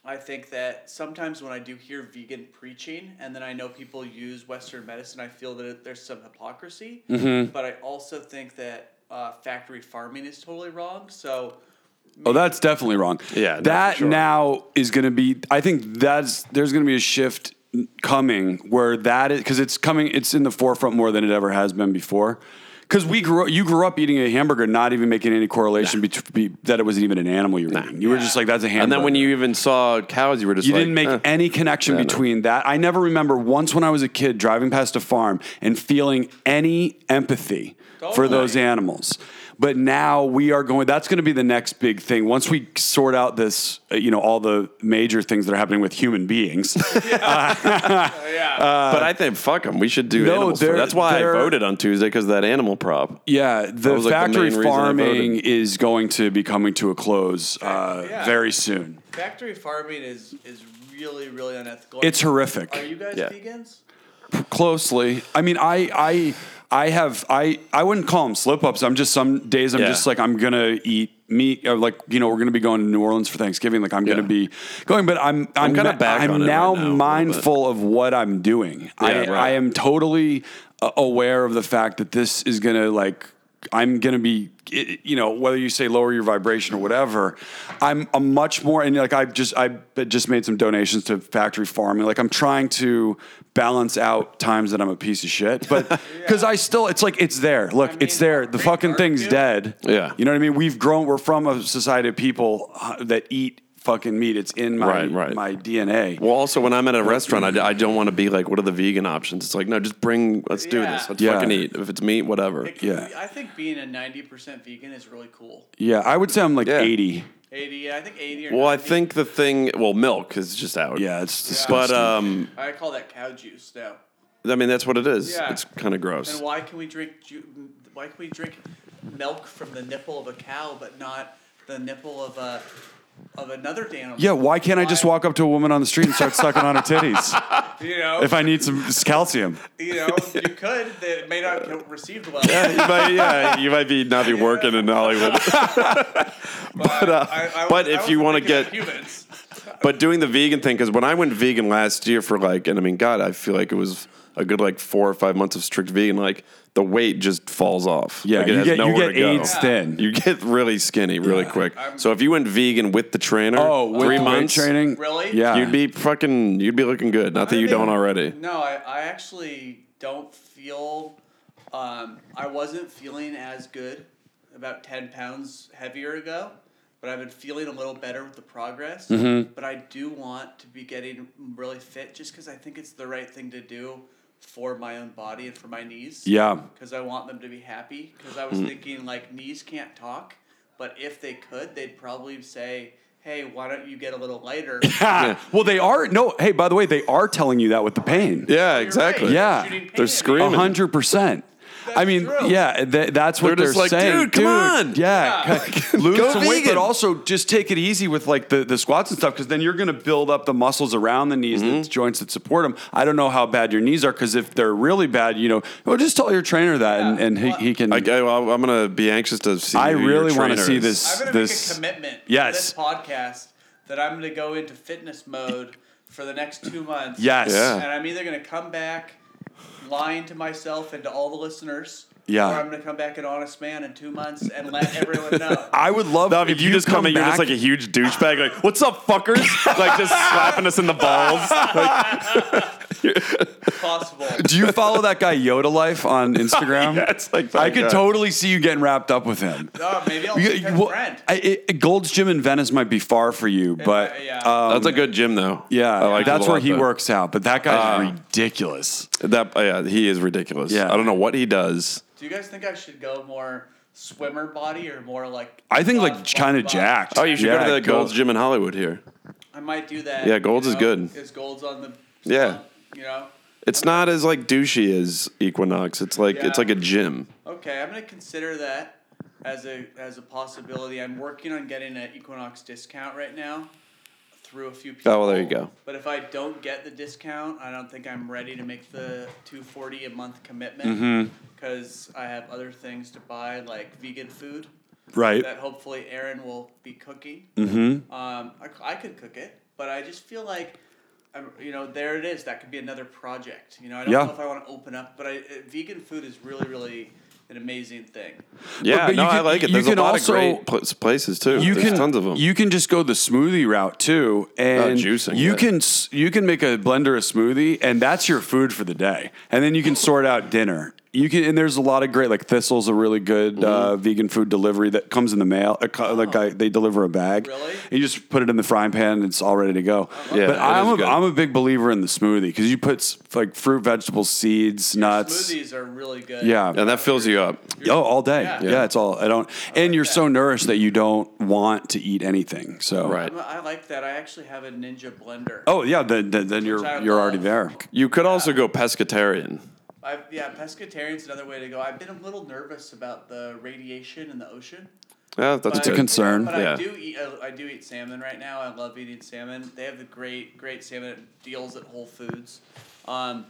I think that sometimes when I do hear vegan preaching and then I know people use Western medicine, I feel that there's some hypocrisy.
Mm-hmm.
But I also think that uh, factory farming is totally wrong. So
Oh, that's definitely wrong.
Yeah, no,
that
for sure.
now is going to be. I think that's there's going to be a shift coming where that is because it's coming. It's in the forefront more than it ever has been before. Because we grew, you grew up eating a hamburger, not even making any correlation between be, that it wasn't even an animal you were eating. You were just like, "That's a hamburger."
And then when you even saw cows, you were just
You
like,
didn't make
eh.
any connection
Yeah, no.
between that. I never remember once when I was a kid driving past a farm and feeling any empathy for
Totally.
those animals. But now we are going. That's going to be the next big thing. Once we sort out this, uh, you know, all the major things that are happening with
[LAUGHS]
human beings.
yeah,
but I think fuck them. We should do
uh, no,
animals.
they're-
That's why I
they're-
voted on Tuesday because that animal prop.
yeah, the
was, like, the
factory
main reason I
farming
voted.
is going to be coming to a close uh,
Yeah.
very soon.
factory farming is is really really unethical.
It's horrific.
Are you guys
Yeah.
vegans?
closely. I mean, I, I, I have, I, I wouldn't call them slip ups. I'm just some days I'm
Yeah.
just like I'm gonna eat meat. Or like you know, we're gonna be going to New Orleans for Thanksgiving. Like I'm
Yeah.
gonna be going, but I'm, I'm,
kinda
na-
back
I'm
on it
now
right now a little
mindful of what I'm doing. I,
right.
I am totally uh, aware of the fact that this is gonna like. I'm gonna be, it- it- you know, whether you say lower your vibration or whatever, I'm a much more and like I just I just made some donations to factory farming. Like I'm trying to balance out times that I'm a piece of shit, but because I still, it's like it's there. Look, it's
mean,
there. The
great
fucking thing's
barbecue.
dead.
Yeah.
you know what I mean. We've grown. We're from a society of people uh, that eat fucking meat. It's in my
Right, right.
my DNA.
Well, also when I'm at a restaurant, I, d- I don't want to be like, what are the vegan options? It's like, no, just bring. Let's do
Yeah.
this. Let's
Yeah.
fucking eat. If it's meat, whatever.
It-
Yeah.
I think being a ninety percent vegan is really cool.
yeah, I would say I'm like
Yeah.
80.
Eighty, I think eighty. Or
Well, I
90.
think the thing. Well, milk is just out.
Yeah, it's
But
disgusting.
um,
I call that cow juice now.
I mean that's what it is.
Yeah.
It's kind of
And
gross.
why can we drink ju- why can we drink milk from the nipple of a cow but not the nipple of a of another animal?
yeah, why can't I just
Why-
walk up to a woman on the street and start sucking on her titties
You know,
if I need some calcium?
you know, you could. That may not get received
[LAUGHS]
well.
you might,
[LAUGHS]
yeah, you might be not be working in Hollywood,
but
uh, but if you wanna
to
get-
humans,
but doing the vegan thing because when I went vegan last year for like, and I mean, God, I feel like it was a good like four or five months of strict vegan. Like the weight just falls off.
Yeah,
like, it
you
has
get you
nowhere
get
to go.
AIDS thin.
You get really skinny really
Yeah.
quick. so if you went vegan with the trainer,
Oh, with
three
the weight
months
training.
Really?
Yeah. [LAUGHS]
you'd be fucking, you'd be looking good. Not that you
think-
don't already.
no, I, I actually don't feel. Um, I wasn't feeling as good about ten pounds heavier ago, but I've been feeling a little better with the progress. But I do want to be getting really fit, just because I think it's the right thing to do for my own body and for my knees.
yeah.
because I want them to be happy. Because I was thinking like knees can't talk, but if they could, they'd probably say, "Hey, why don't you get a little lighter?"
Ha! [LAUGHS] Well, they are no. Hey, by the way, they are telling you that with the pain.
Yeah,
You're
exactly.
right.
Yeah.
Shooting pain
They're
at me.
screaming.
A hundred percent. I
That's
mean,
true.
yeah, th- that's what
They're
they're,
just like,
saying.
"Dude, come on."
yeah,
[LAUGHS]
c- [LAUGHS] lose
Go
some weight,
vegan.
but also just take it easy with like the, the squats and stuff, because then you're going to build up the muscles around the knees,
Mm-hmm.
and the joints that support them. I don't know how bad your knees are, because if they're really bad, you know, well, just tell your trainer that, and, and he,
Well,
he can.
I, I, well, I'm gonna be anxious to see.
I
who your
really wanna
trainer
see
is.
this.
I'm gonna
this-
make a commitment
Yes.
for this podcast that I'm gonna go into fitness mode for the next two months.
Yes.
Yeah.
And I'm either gonna come back lying to myself and to all the listeners.
Yeah.
Or I'm gonna come back an honest man in two months and let everyone
[LAUGHS]
know.
I would love
No, if, you, just come, in, you're just
back-
like a [LAUGHS] huge douchebag. Like, [LAUGHS] what's up, fuckers?
[LAUGHS]
like, just slapping us in the balls. Like,
[LAUGHS]
possible.
Do you follow that guy Yoda Life
[LAUGHS]
on Instagram?
Yeah, it's like
I
that
could
guy.
totally see you getting wrapped up with him.
Oh, maybe I'll
You-
become
well,
a friend.
I, it, Gold's Gym in Venice might be far for you, but
yeah.
um,
that's a good gym, though.
yeah,
I like it a
that's where
lot, Uh,
he
though.
works out. But that guy's ridiculous.
That oh, yeah, he is ridiculous.
Yeah.
I don't know what he does.
Do you guys think I should go more swimmer body or more like?
I think like
soft
kind of
body?
jacked.
Oh, you should
Yeah,
go to the
go-
Gold's Gym in Hollywood here.
I might do that.
Yeah, Gold's
you
is
know,
good.
Is Gold's on the?
Yeah.
You know.
It's not as like douchey as Equinox. It's like it's
Yeah.
like a gym.
Okay, I'm gonna consider that as a as a possibility. I'm working on getting an Equinox discount right now through a few people.
Oh, well, there you go.
But if I don't get the discount, I don't think I'm ready to make the 240 a month
Mm-hmm.
commitment because I have other things to buy like vegan food
Right.
that hopefully Aaron will be cooking.
Mm-hmm.
Um, I, I could cook it, but I just feel like, I'm, you know, there it is. That could be another project. You know, I don't
Yeah.
know if I want to open up, but I, uh, vegan food is really, really an amazing thing.
Yeah,
but you
no, I
can-
like it.
you
There's a
can
lot
also-
of great pl- places too.
You
There's
can
tons of them.
You can just go the smoothie route too, and
juicing,
you
yeah.
can s- you can make a blender a smoothie, and that's your food for the day. And then you can sort out dinner. You can and there's a lot of great like Thistle's a really good
Mm-hmm.
uh, vegan food delivery that comes in the mail. It co-
Oh.
Like I, they deliver a bag.
Really?
You just put it in the frying pan, and it's all ready to go.
Uh-huh. Yeah,
but
it
I'm
is
a,
good.
I'm a big believer in the smoothie because you put s- like fruit, vegetables, seeds, nuts.
Smoothies are really good.
Uh, Yeah.
and that fills you up.
Oh, all day. Yeah.
Yeah.
it's all. I don't. And you're so nourished that you don't want to eat anything. So
Right.
I'm- I like that. I actually have a Ninja blender.
Oh yeah, then then, then you're
I
you're
love.
already there.
You could also go pescatarian.
I've, yeah, pescatarian's another way to go. I've been a little nervous about the radiation in the ocean.
Yeah, that's
But-
good.
a concern.
But
Yeah.
I do eat. uh, I do eat salmon right now. I love eating salmon. They have the great, great salmon deals at Whole Foods. Um,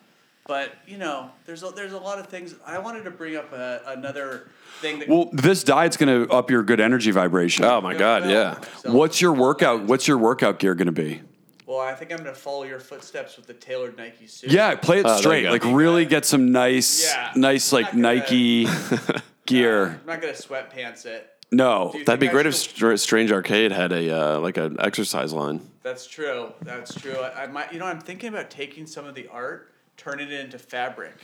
but you know, there's a, there's a lot of things. I wanted to bring up a, another thing that
Well, this diet's gonna up your good energy vibration.
Oh my god,
Well,
yeah.
so-
What's your workout? What's your workout gear gonna be?
Well, I think I'm gonna follow your footsteps with the tailored Nike suit.
Yeah, play it
Oh, there you
straight.
go.
Like really get some nice,
Yeah.
nice like
Not
[LAUGHS]
gonna-
Nike gear.
I'm not gonna sweatpants it.
No,
Do you
That'd be
think I
great if
should-
Str- Strange Arcade had a uh, like an exercise line.
That's true. That's true. I, I might. You know, I'm thinking about taking some of the art, turning it into fabric.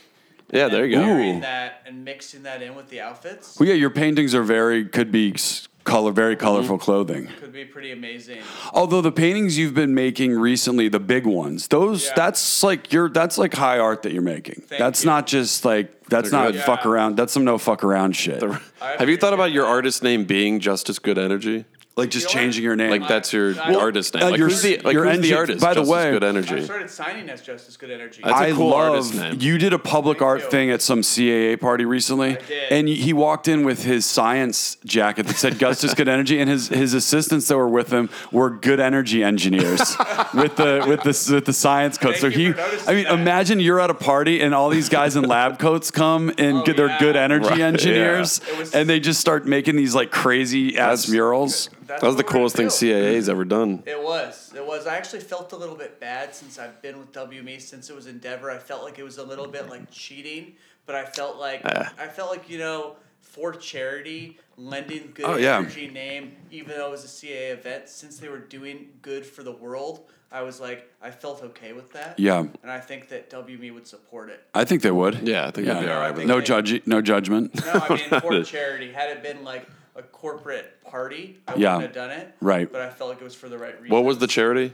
Yeah, there you go.
Wearing that and mixing that in with the outfits
well, yeah, your paintings are very could be s- color very colorful
Mm-hmm.
clothing.
could be pretty amazing.
Although the paintings you've been making recently, the big ones, those
Yeah.
that's like your that's like high art that you're making.
Thank
that's
you.
not just like that's
They're
not
good.
fuck
Yeah.
around. That's some no fuck around shit.
Have you thought about your artist name being Justice Good Energy?
like just
You know what?
changing your name.
Like that's your
Well,
artist name.
uh,
like
your-
who's the, like,
your
who's the
engine-
artist?
by the
Justice
way-
Good
I
Energy.
started signing as Justice Good Energy.
That's a
I
cool
love
artist name.
you did a public
Thank
art
you.
thing at some CAA party recently,
did.
and y- he walked in with his science jacket that said "Gustus Good Energy," and his his assistants that were with him were good energy engineers
[LAUGHS]
with the with the with the science coats.
Thank
so
you
he,
for noticing
I mean,
that.
imagine you're at a party and all these guys in lab coats come and
Oh,
g- they're
yeah.
good energy
Right, yeah.
engineers,
It was-
and they just start making these like crazy ass
That's-
murals.
That's
That was the
what we're
coolest thing
gonna do.
CAA's ever done.
It was. It was. I actually felt a little bit bad since I've been with WME since it was Endeavor. I felt like it was a little bit like cheating, but I felt like
Ah.
I felt like you know for charity lending good
Oh, yeah.
energy name, even though it was a CA event. Since they were doing good for the world, I was like I felt okay with that.
Yeah,
And I think that WME would support it.
I think they would.
Yeah, I think
Yeah.
it'd be all right with
No
that.
judge, no judgment.
No, I
[LAUGHS]
mean for charity. Had it been like a corporate party, I
Yeah.
wouldn't have done it.
Right.
But I felt like it was for the right reason.
What was the charity?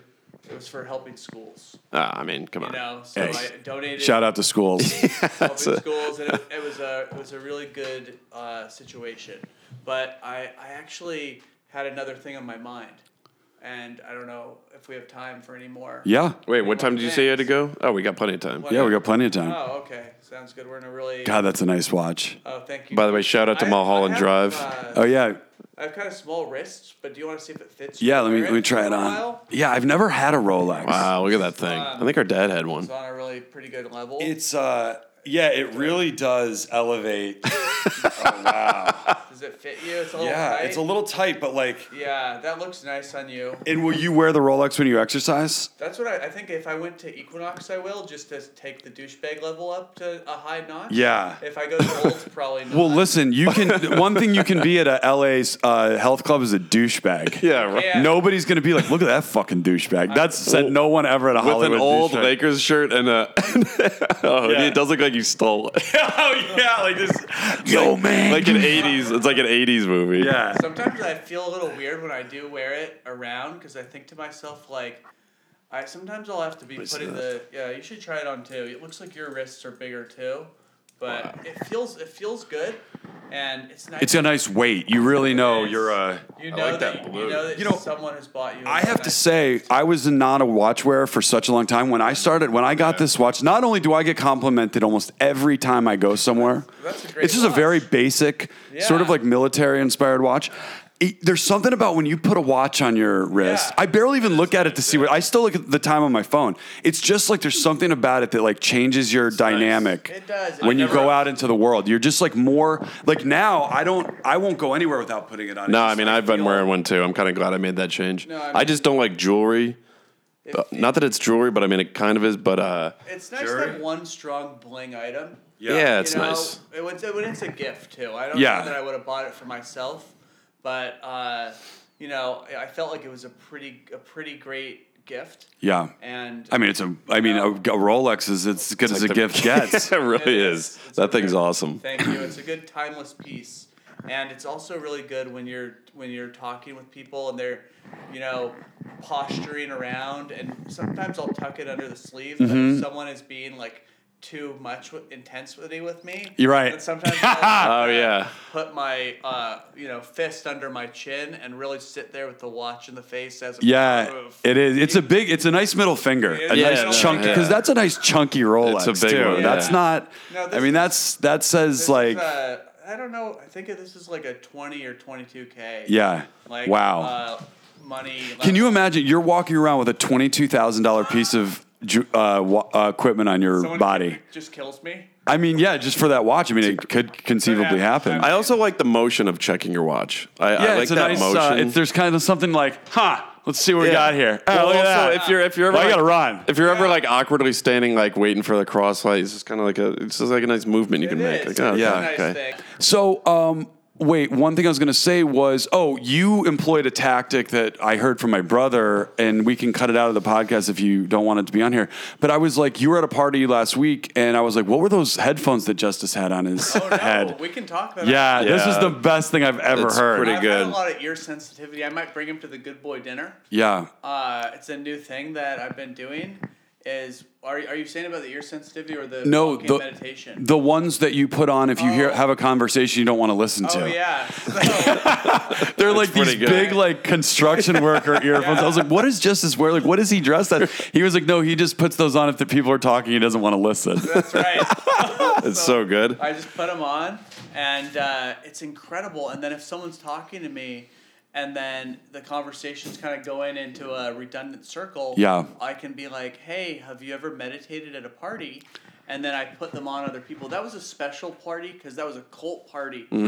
It was for helping schools.
Ah, I mean, come
You
on.
know, so
Hey,
I donated.
Shout out to
[LAUGHS]
schools.
helping schools, and it, it was a it was a really good uh, situation. But I I actually had another thing on my mind, and I don't know if we have time for any more.
Yeah.
Wait, what time did you say you had to go? Oh, we got plenty of time.
What-
Yeah, we got plenty of time.
Oh, okay, sounds good. We're in a really.
God, that's a nice watch.
Oh, thank you.
By the way, shout out to
I-
Mulholland
I have,
Drive.
Uh,
Oh yeah,
I have kind of small wrists, but do you want to see if it fits?
yeah. Let me
Wear
let me try
for
it
a
on.
while?
Yeah, I've never had a Rolex.
Wow, look at that thing.
uh,
I think our dad had one.
It's on a really pretty good level.
It's uh, yeah. It really does
[LAUGHS]
elevate. oh, wow.
Does it fit you? It's a little
Yeah,
tight.
it's a little tight, but like.
Yeah, that looks nice on you.
And will you wear the Rolex when you exercise?
That's what I, I think. If I went to Equinox, I will just to take the douchebag level up to a high notch.
Yeah.
If I go to Olds,
[LAUGHS]
probably not.
Well, listen. You
[LAUGHS]
can. one thing you can be at a LA's uh, health club is a douchebag.
[LAUGHS] Yeah, right.
Yeah.
Nobody's gonna be like, look at that fucking douchebag. That's said no one ever at a
With
Hollywood
an old
douchebag.
Lakers shirt and a. [LAUGHS] oh,
Yeah.
it does look like you stole
[LAUGHS]
it.
[LAUGHS] oh yeah, like this. Yo man.
like an 80s. It's like an 80s movie. [LAUGHS]
yeah.
Sometimes I feel a little weird when I do wear it around because I think to myself like, I sometimes I'll have to be
see
putting the yeah. You should try it on too. It looks like your wrists are bigger too, but it feels it feels good, and it's nice.
It's a nice weight. You really know you're uh, a.
You
I
know
like that blue.
You know that
You know,
someone has bought you. a
I have to
nice-
say, I was not a watch wearer for such a long time. When I started, when I got this watch, not only do I get complimented almost every time I go somewhere,
That's a great
it's just a very
watch.
basic, sort of
Yeah.
like military inspired watch. it- there's something about when you put a watch on your wrist.
Yeah.
I barely even look at it to see what I still look at the time on my phone. It's just like there's something about it that like changes your dynamic
It does.
when
I
you
never-
go out into the world. You're just like more like now I don't I won't go anywhere without putting it on.
No,
It's
I
just
mean
like-
I've been
feel-
wearing one too. I'm kind of glad I made that change.
No,
I,
I mean-
just don't like jewelry. But- Uh, not that it's jewelry, but I mean it kind of is. But uh,
It's nice
Jerry?
to have one strong bling item.
yeah, it's
you know,
nice.
It was, it, it's a gift too. I don't
Yeah.
know that I would have bought it for myself, but uh, you know, I felt like it was a pretty a pretty great gift.
yeah.
And
I mean it's a I mean a, a Rolex is as good as a
the- [LAUGHS]
gift gets. [LAUGHS]
it really
It
is.
is. It's
That thing's
great.
awesome.
Thank you. It's a good timeless piece, and it's also really good when you're when you're talking with people and they're, you know, posturing around. And sometimes I'll tuck it under the sleeve. but
Mm-hmm.
if someone is being like too much with intensity with me.
You're right. [LAUGHS]
And sometimes I'll
Oh yeah,
put my uh, you know fist under my chin and really sit there with the watch in the face as a
Yeah,
proof.
it is. It's a big. It's a nice middle finger. A
Yeah,
nice
no,
chunky
yeah.
because that's a nice chunky Rolex
It's a big
too.
one,
That's
yeah.
not.
No,
I
this
mean,
is-
that's that says
This is,
like
uh, I don't know. I think this is like a twenty or twenty-two k.
yeah.
Like
wow.
Uh, money.
Can you imagine? You're walking around with a twenty two thousand dollar piece of ju- uh, wa- uh, equipment on your
Someone
body.
just kills me.
I mean, yeah, just for that watch. I mean, it could conceivably
Yeah.
happen.
I also like the motion of checking your watch. I,
yeah,
I like
it's a
that
nice.
motion.
Uh, it's, there's kind of something like, huh? Let's see what we
Yeah.
got here. Oh,
Well,
look at
also,
that.
if you're if you're ever
Well, I
like,
gotta run.
If you're ever like awkwardly standing like waiting for the cross light, it's just kind of like a it's just like a nice movement you can make. Like, oh,
Yeah.
yeah. Nice
okay.
thing.
So, um, wait, one thing I was going to say was, oh, you employed a tactic that I heard from my brother, and we can cut it out of the podcast if you don't want it to be on here. But I was like, you were at a party last week, and I was like, what were those headphones that Justice had on his
[LAUGHS] Oh no,
head?
we can talk about
Yeah,
it.
this
Yeah.
is the best thing I've ever
It's
heard.
pretty-
I've
good.
had a lot of ear sensitivity. I might bring him to the good boy dinner.
Yeah.
Uh, it's a new thing that I've been doing. Is are, are you saying about the ear sensitivity or the
No,
walking
the,
meditation?
the ones that you put on if you hear
Oh.
have a conversation you don't want to listen
oh
[LAUGHS] to.
yeah. [LAUGHS] Oh, So,
They're like these
pretty good.
big like
[LAUGHS]
construction worker earphones. I was like, what is Justice wear? Like, what is he dressed as? He was like, no, he just puts those on if the people are talking. He doesn't want
[LAUGHS]
to listen.
that's
[LAUGHS]
right.
It's so good.
I just put them on, and uh, it's incredible. And then if someone's talking to me, and then the conversation's kind of going into a redundant circle,
Yeah.
I can be like, "Hey, have you ever meditated at a party?" And then I put them on other people. That was a special party because that was a cult party.
yeah,
so I've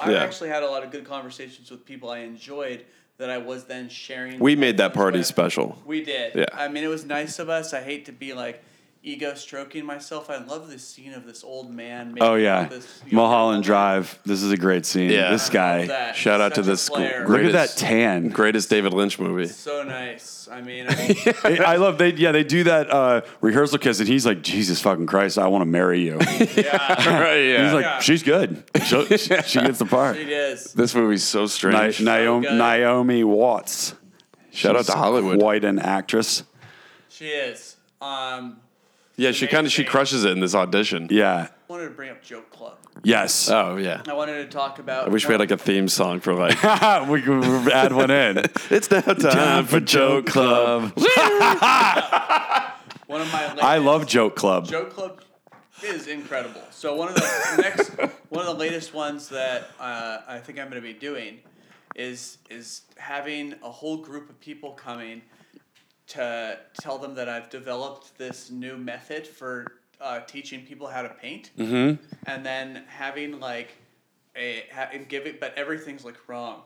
Mm-hmm. yeah.
actually had a lot of good conversations with people I enjoyed that I was then sharing.
We made that party
with.
special.
We did.
Yeah.
I mean, it was nice of us. I hate to be like ego stroking myself. I love this scene of this old man. Making
Oh yeah,
This, you know,
Mulholland Drive. This is a great scene.
Yeah.
This
I love
guy.
that.
Shout out
Such
to
a
this
player.
gr-
Look at that
Greatest.
tan.
Greatest David Lynch movie.
So nice. I mean, I mean
They- I love they. Yeah, they do that uh, rehearsal kiss, and he's like, Jesus fucking Christ, I want to marry
[LAUGHS]
you. He's
yeah,
[LAUGHS] right, yeah.
like,
Yeah.
she's good.
[LAUGHS]
She'll- She, she gets the part.
it is.
this movie's so
Na-
strange.
Naomi,
good.
Naomi Watts.
Shout out to Hollywood.
Quite an actress.
She is. Um,
yeah, she kind of she
amazing.
crushes it in this audition.
Yeah.
I wanted to bring up Joke Club.
Yes.
Oh yeah.
I wanted to talk about.
I wish we had like a theme song for [LAUGHS] like
[LAUGHS] we could add one in.
It's now [LAUGHS] time, for Joke Club.
one of my. Latest,
I love Joke Club. [LAUGHS]
Joke Club is incredible. So one of the next, one of the latest ones that uh, I think I'm going to be doing is is having a whole group of people coming to tell them that I've developed this new method for uh, teaching people how to paint, mm-hmm. and then having like a ha- and giving, but everything's like wrong.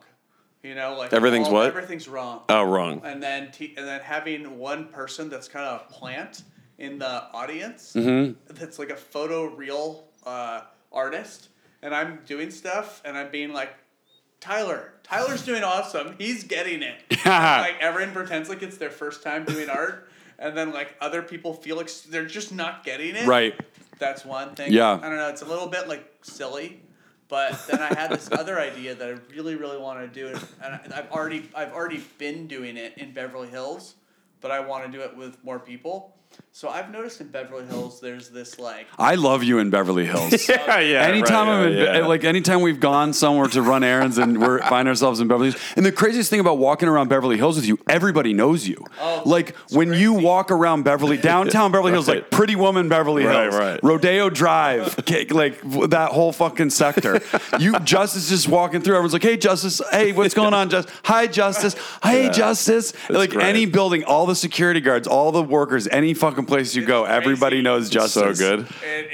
You know, like
Everything's what?
Everything's wrong
Oh, wrong.
and then te- and then having one person that's kind of a plant in the audience that's like a photo real uh, artist and i'm doing stuff and i'm being like tyler tyler's doing awesome he's getting it And, like everyone pretends like it's their first time doing art and then like other people feel like s- they're just not getting it
Right.
that's one thing
Yeah.
i don't know it's a little bit like silly but then I had this other idea that I really, really want to do, and- and I've already, I've already been doing it in Beverly Hills, but I want to do it with more people. So I've noticed in Beverly Hills, there's this like
I love you in Beverly Hills.
yeah, [LAUGHS] yeah.
anytime
right,
I'm in,
yeah, yeah.
like anytime we've gone somewhere to run errands and we're find ourselves in Beverly Hills. And the craziest thing about walking around Beverly Hills with you, everybody knows you.
Oh,
like
it's
when you
crazy.
walk around Beverly downtown Beverly Hills,
Right.
like Pretty Woman Beverly
Right,
Hills,
right.
Rodeo Drive, [LAUGHS] ca- like w- that whole fucking sector. you Justice just walking through. Everyone's like, "Hey Justice, hey, what's going on, Justice? Hi Justice, hey
Yeah.
Justice." Like
great.
any building, all the security guards, all the workers, any fucking place you
It's
go, everybody
crazy.
knows
It's so
Justice.
good.
It,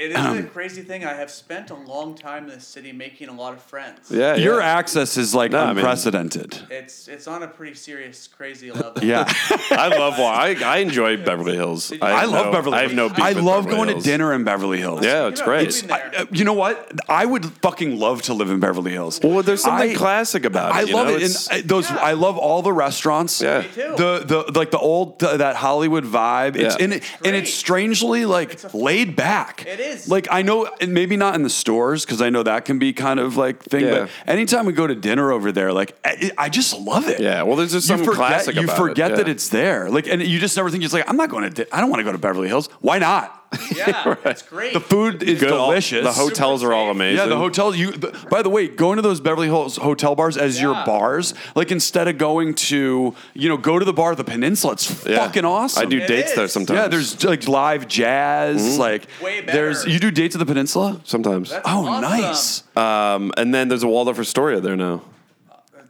[CLEARS THROAT]
it is a crazy thing. I have spent a long time in this city making a lot of friends.
Yeah,
Your
yeah.
access is like
No, I mean-
unprecedented.
It's it's on a pretty serious, crazy level.
yeah.
I love. Well, I, I enjoy Beverly Hills.
[LAUGHS] I,
have
love
no-
Beverly
I
Hills.
have no. Beef
I
with
love
Beverly
going
Hills.
to dinner in Beverly Hills.
Yeah, it's
You're not
great.
living
I, [LAUGHS]
there.
uh, you know what? I would fucking love to live in Beverly Hills.
Well, there's something
I-
classic about it.
I
you
love
know?
it. And
It's-
I- those,
Yeah.
I love all the restaurants.
Yeah.
Me too.
The the like the old th- that Hollywood vibe. It's
Yeah.
in it, and it's
Great.
strangely like
It's a-
laid back.
It is.
Like I know, and maybe not in the stores because I know that can be kind of like thing.
Yeah.
But anytime we go to dinner over there, like I, I just love it.
Yeah, well, there's just
You
something
forget-
classic
You
about it,
forget
yeah.
that it's there. Like, and you just never think it's like I'm not going to. Di- I don't want to go to Beverly Hills. Why not?
yeah, it's great.
The food is
good. All-
delicious.
the hotels are all
safe.
amazing.
Yeah, the hotel. You, the, by the way, going to those Beverly Hills hotel bars as your
Yeah.
bars, like instead of going to, you know, go to the bar, the Peninsula. It's
Yeah.
fucking awesome.
I do Mm-hmm.
It
dates there
is.
sometimes.
Yeah, there's like live jazz. Like,
Way better.
there's you do dates at the Peninsula.
sometimes.
That's
Oh,
awesome.
nice.
Um, and then there's a Waldorf Astoria there now.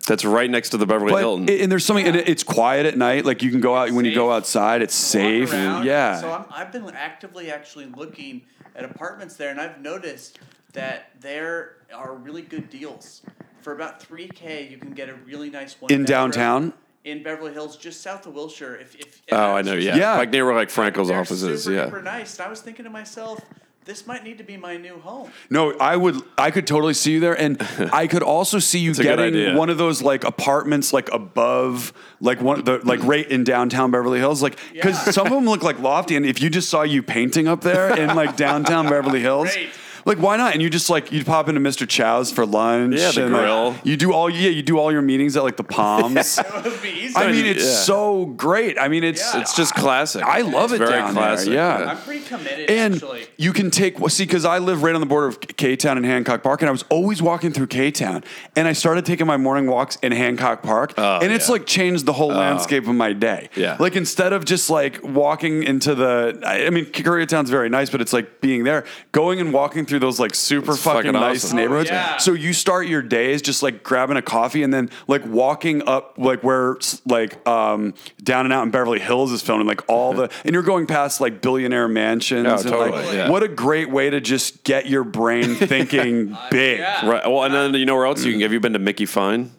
That's right next to the Beverly Hilton.
But, and there's something, and it, it's quiet at night. Like you can go out when you go
Safe.
outside. It's safe.
Walk around.
Yeah.
So I'm, I've been actively actually looking at apartments there, and I've noticed that there are really good deals. For about three k, you can get a really nice one
In
bedroom
downtown?
in Beverly Hills, just south of Wilshire. If, if, if
oh, I
was
know.
just-
Yeah.
Yeah.
like near where like Frankel's
they're
office is.
super,
Yeah,
super nice. And I was thinking to myself, this might need to be my new home. [LAUGHS]
No, I would. I could totally see you there,
[LAUGHS]
and I could also see you
a good
getting
idea.
one of those like apartments, like above, like one the like right in downtown Beverly Hills, like because
Yeah.
some of them look like lofty, and if you just saw you painting up
[LAUGHS]
there in like downtown Beverly Hills.
Great.
Like why not? And you just like you pop into Mr. Chow's for lunch.
Yeah, the
and, like,
grill.
you do all yeah you do all your meetings at like the
[LAUGHS]
Palms.
That would be easy.
I mean it's
Yeah.
so great. I mean it's
Yeah.
it's just classic.
I love it
It's very
down there,
classic.
yeah.
I'm pretty committed
And
actually.
you can take well, see because I live right on the border of K Town and Hancock Park, and I was always walking through K Town, and I started taking my morning walks in Hancock Park, and it's
Oh, yeah. Oh.
like changed the whole landscape of my day.
Yeah.
like instead of just like walking into the, I, I mean, Koreatown's very nice, but it's like being there, going and walking through those like super
It's
fucking,
fucking
nice
awesome.
neighborhoods.
Oh, yeah.
So you start your days just like grabbing a coffee and then like walking up like where like um down and out in Beverly Hills is filmed and like all
[LAUGHS]
the and you're going past like billionaire mansions
Oh,
and like,
totally, yeah.
what a great way to just get your
[LAUGHS]
brain thinking big.
yeah.
Right. Well, and then you know where else
Mm.
you can. Have you been to Mickey Fine?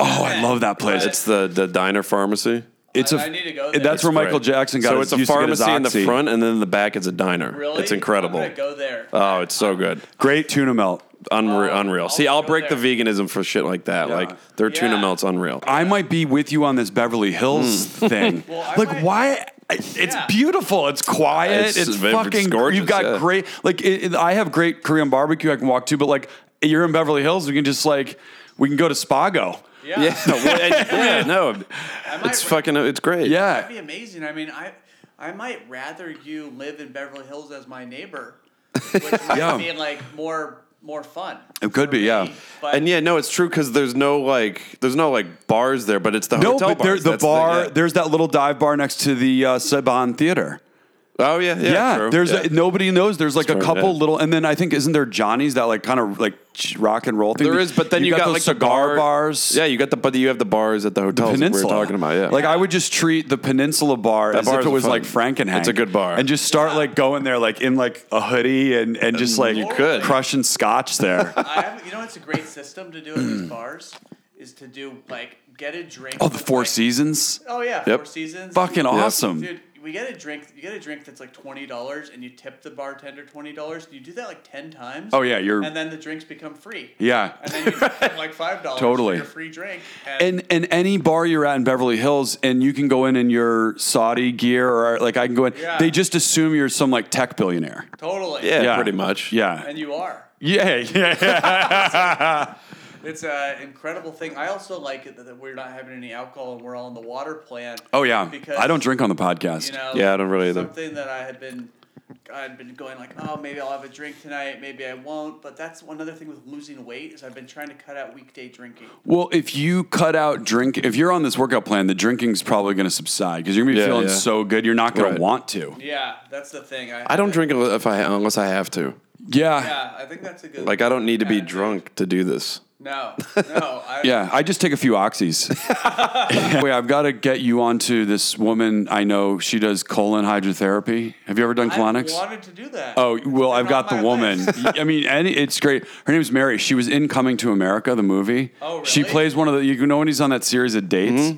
Oh, I love that place.
It's the the diner pharmacy.
It's a
I need to go there.
that's where
Right.
Michael Jackson got
So
his,
it's a
used to get his
pharmacy in the
Oxy.
front, and then in the back it's a diner.
Really?
It's incredible.
I'm gonna go there.
Uh,
Oh, it's so good.
Great tuna melt.
Unreal.
Oh,
unreal.
I'll
See, I'll
go
break
there.
the veganism for shit like that.
Yeah.
Like their tuna
Yeah.
melts
[LAUGHS]
unreal.
I might be with you on this Beverly Hills
Hmm.
[LAUGHS]
[LAUGHS]
thing.
Well, I
like
might-
why? It's
Yeah.
beautiful. It's quiet. It's,
It's- it's
fucking.
gorgeous,
you've got
yeah.
great. Like it, it- I have great Korean barbecue I can walk to, but like you're in Beverly Hills, we can just like we can go to Spago.
Yeah.
[LAUGHS]
Yeah. well, and- [LAUGHS]
[LAUGHS]
yeah, No.
I might
It's
ra-
fucking. It's great.
Yeah.
That'd be amazing. I mean, I I might rather you live in Beverly Hills as my neighbor, which might
[LAUGHS] Yeah.
be like more more fun.
It could
for
be, yeah.
me, But
And yeah, no, it's true because there's no like there's no like bars there, but it's the
No,
hotel
but there,
bars.
the
That's
bar.
yeah.
There's that little dive bar next to the uh, Saban Theater.
oh yeah, yeah.
Yeah,
true.
there's
yeah.
A, nobody knows. There's like a
true,
couple
yeah.
little, and then I think isn't there Johnny's that like kind of like ch- rock and roll thing.
there is, but then you, got,
those
like the
cigar
bar-
bars.
Yeah, you got the but you have the bars at the hotels that
Peninsula.
we Oh, were talking about. Yeah,
Like I would just treat the Peninsula bar as
bar
if
is
it was
fun.
like Frankenhack.
It's a good bar.
and just start like going there like in like a hoodie and and just like
Mm, you could.
crushing scotch
[LAUGHS]
there.
I have, you know, it's a great system to do at
[CLEARS THROAT]
these bars is to do like get a drink.
oh, the
with,
Four
like-
Seasons,
Oh yeah,
Yep.
Four Seasons.
fucking awesome.
Dude, we get a drink. You get a drink that's like twenty dollars, and you tip the bartender twenty dollars. You do that like ten times.
Oh, yeah, you're-
And then the drinks become free.
Yeah.
And then you pay like five dollars.
[LAUGHS] Totally.
For your free drink.
And and any bar you're at in Beverly Hills, and you can go in in your Saudi gear, or like I can go in.
Yeah.
They just assume you're some like tech billionaire.
totally.
yeah,
Yeah.
pretty much.
Yeah,
[LAUGHS]
And you are.
yeah, yeah.
It's It's an incredible thing. I also like it that, that we're not having any alcohol and we're all on the water plan.
Oh yeah,
because
I don't drink on the podcast.
You know,
Yeah, I don't really either.
Something that I had been, I'd been going like, oh, maybe I'll have a drink tonight, maybe I won't. But that's one other thing with losing weight is I've been trying to cut out weekday drinking.
Well, if you cut out drink, if you're on this workout plan, the drinking's probably going to subside because you're going to be
Yeah,
feeling
yeah.
so good, you're not going
Right.
to want to.
Yeah, that's the thing. I,
I don't drink if I unless I have to.
Yeah. yeah.
Yeah, I think that's a good.
Like I don't need to be drunk to do this.
No,
[LAUGHS]
no. I,
I just take a few oxys. [LAUGHS] Wait, I've got to get you onto this woman I know. She does colon hydrotherapy. Have you ever done
I
colonics?
wanted to do that.
Oh well, I've got
not
the
my
woman. I mean, and it's great. Her name's Mary. She was in Coming to America, the movie.
Oh,
She
really? Mm-hmm.
plays one of the. You know when he's on that series of dates.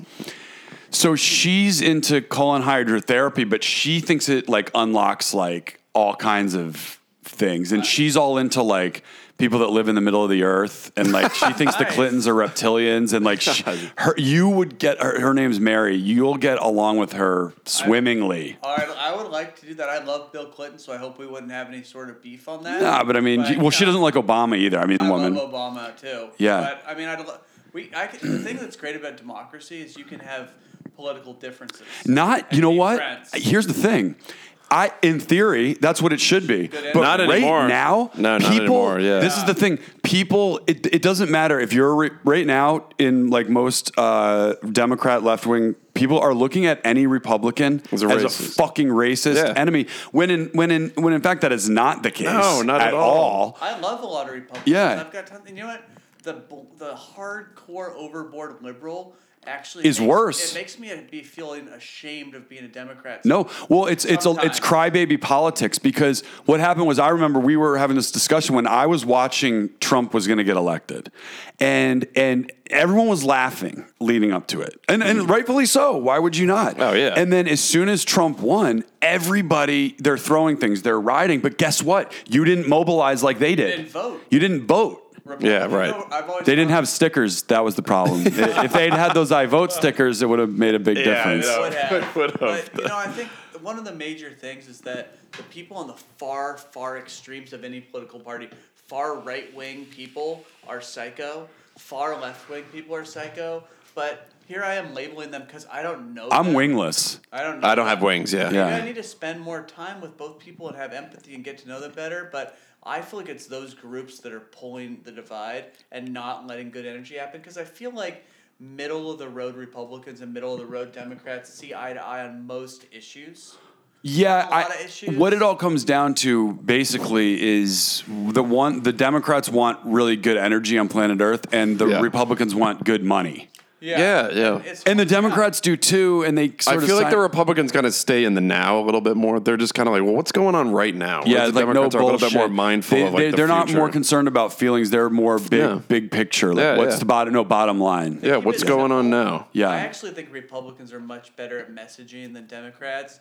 So she's into colon hydrotherapy, but she thinks it like unlocks like all kinds of things, and she's all into like people that live in the middle of the earth, and like she thinks the
[LAUGHS] Nice.
Clintons are reptilians, and like she, her, you would get her, her name's Mary. You'll get along with her swimmingly.
All right, I would like to do that. I love Bill Clinton, so I hope we wouldn't have any sort of beef on that.
Nah, but I mean, well, she
no.
doesn't like Obama either. I mean,
I
woman.
love Obama too.
Yeah.
but I mean, I'd lo- we. I can, the thing that's great about democracy is you can have political differences.
Not,
and
you know
be
what?
friends.
Here's the thing. I, in theory, that's what it should be. But
Not
right
anymore.
now,
No, not
people,
anymore, yeah.
This is the thing. People, it, it doesn't matter if you're re- right now in like most uh, Democrat left wing. People are looking at any Republican
As
as
a
a,
racist.
fucking racist
Yeah.
enemy. When in when in when in fact that is not the case.
No, not at all.
I love a lot of Republicans.
Yeah.
I've got tons. You know what? The bl- the hardcore overboard liberal actually
Is
makes-
worse.
It makes me be feeling ashamed of being a Democrat.
No, well, it's it's a, it's crybaby politics because what happened was I remember we were having this discussion when I was watching Trump was going to get elected, and and everyone was laughing leading up to it, and and rightfully so. Why would you not?
Oh, yeah.
And then as soon as Trump won, everybody they're throwing things, they're rioting. But guess what? You didn't mobilize like they did.
didn't vote.
You didn't vote.
Republicans-
Yeah, right.
you know, I've always
They didn't
thought-
have stickers. That was the problem. if they'd had those "I vote" stickers, it would have made a big
I
difference.
know.
would have.
Would have.
But you know, I think one of the major things is that the people on the far, far extremes of any political party, far right wing people are psycho, far left wing people are psycho. But here I am labeling them because I don't know.
I'm
them.
wingless.
I don't. Know
I don't
them.
have wings. Yeah.
Yeah.
Maybe I need to spend more time with both people and have empathy and get to know them better. But I feel like it's those groups that are pulling the divide and not letting good energy happen. Because I feel like middle of the road Republicans and middle of the road Democrats see eye to eye on most issues.
Yeah,
a lot of
I,
issues.
what it all comes down to basically is the one the Democrats want really good energy on planet Earth, and the
Yeah.
Republicans want good money,
Yeah, yeah.
It's,
and the Democrats do too. And they
I
sort of
feel like
sign-
the Republicans kind of stay in the now a little bit more. They're just kind of like, well, what's going on right now?
yeah,
Whereas the
like
Democrats
no
are a
bullshit.
little bit more mindful
They,
of like
they,
the
are not
future.
more concerned about feelings. They're more big
Yeah.
big picture. Like
Yeah,
what's
yeah.
the bottom? No bottom line.
Yeah, what's
it
going
simple.
on now?
Yeah.
I actually think Republicans are much better at messaging than Democrats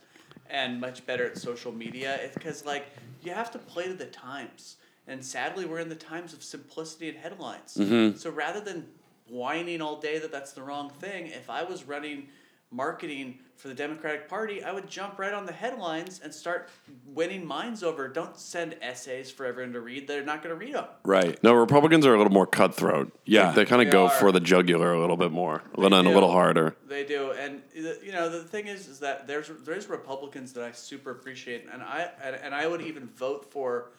and much better at social media because, like, you have to play to the times. And sadly, we're in the times of simplicity and headlines. So rather than whining all day that that's the wrong thing, if I was running marketing for the Democratic Party, I would jump right on the headlines and start winning minds over. Don't send essays for everyone to read. They're not going to read them.
Right.
No, Republicans are a little more cutthroat.
Yeah.
Like, they kind of
They
go
are.
for the jugular a little bit more, and a
do.
little harder.
They do, and the- you know the thing is, is that there's there's Republicans that I super appreciate, and I and, and I would even vote for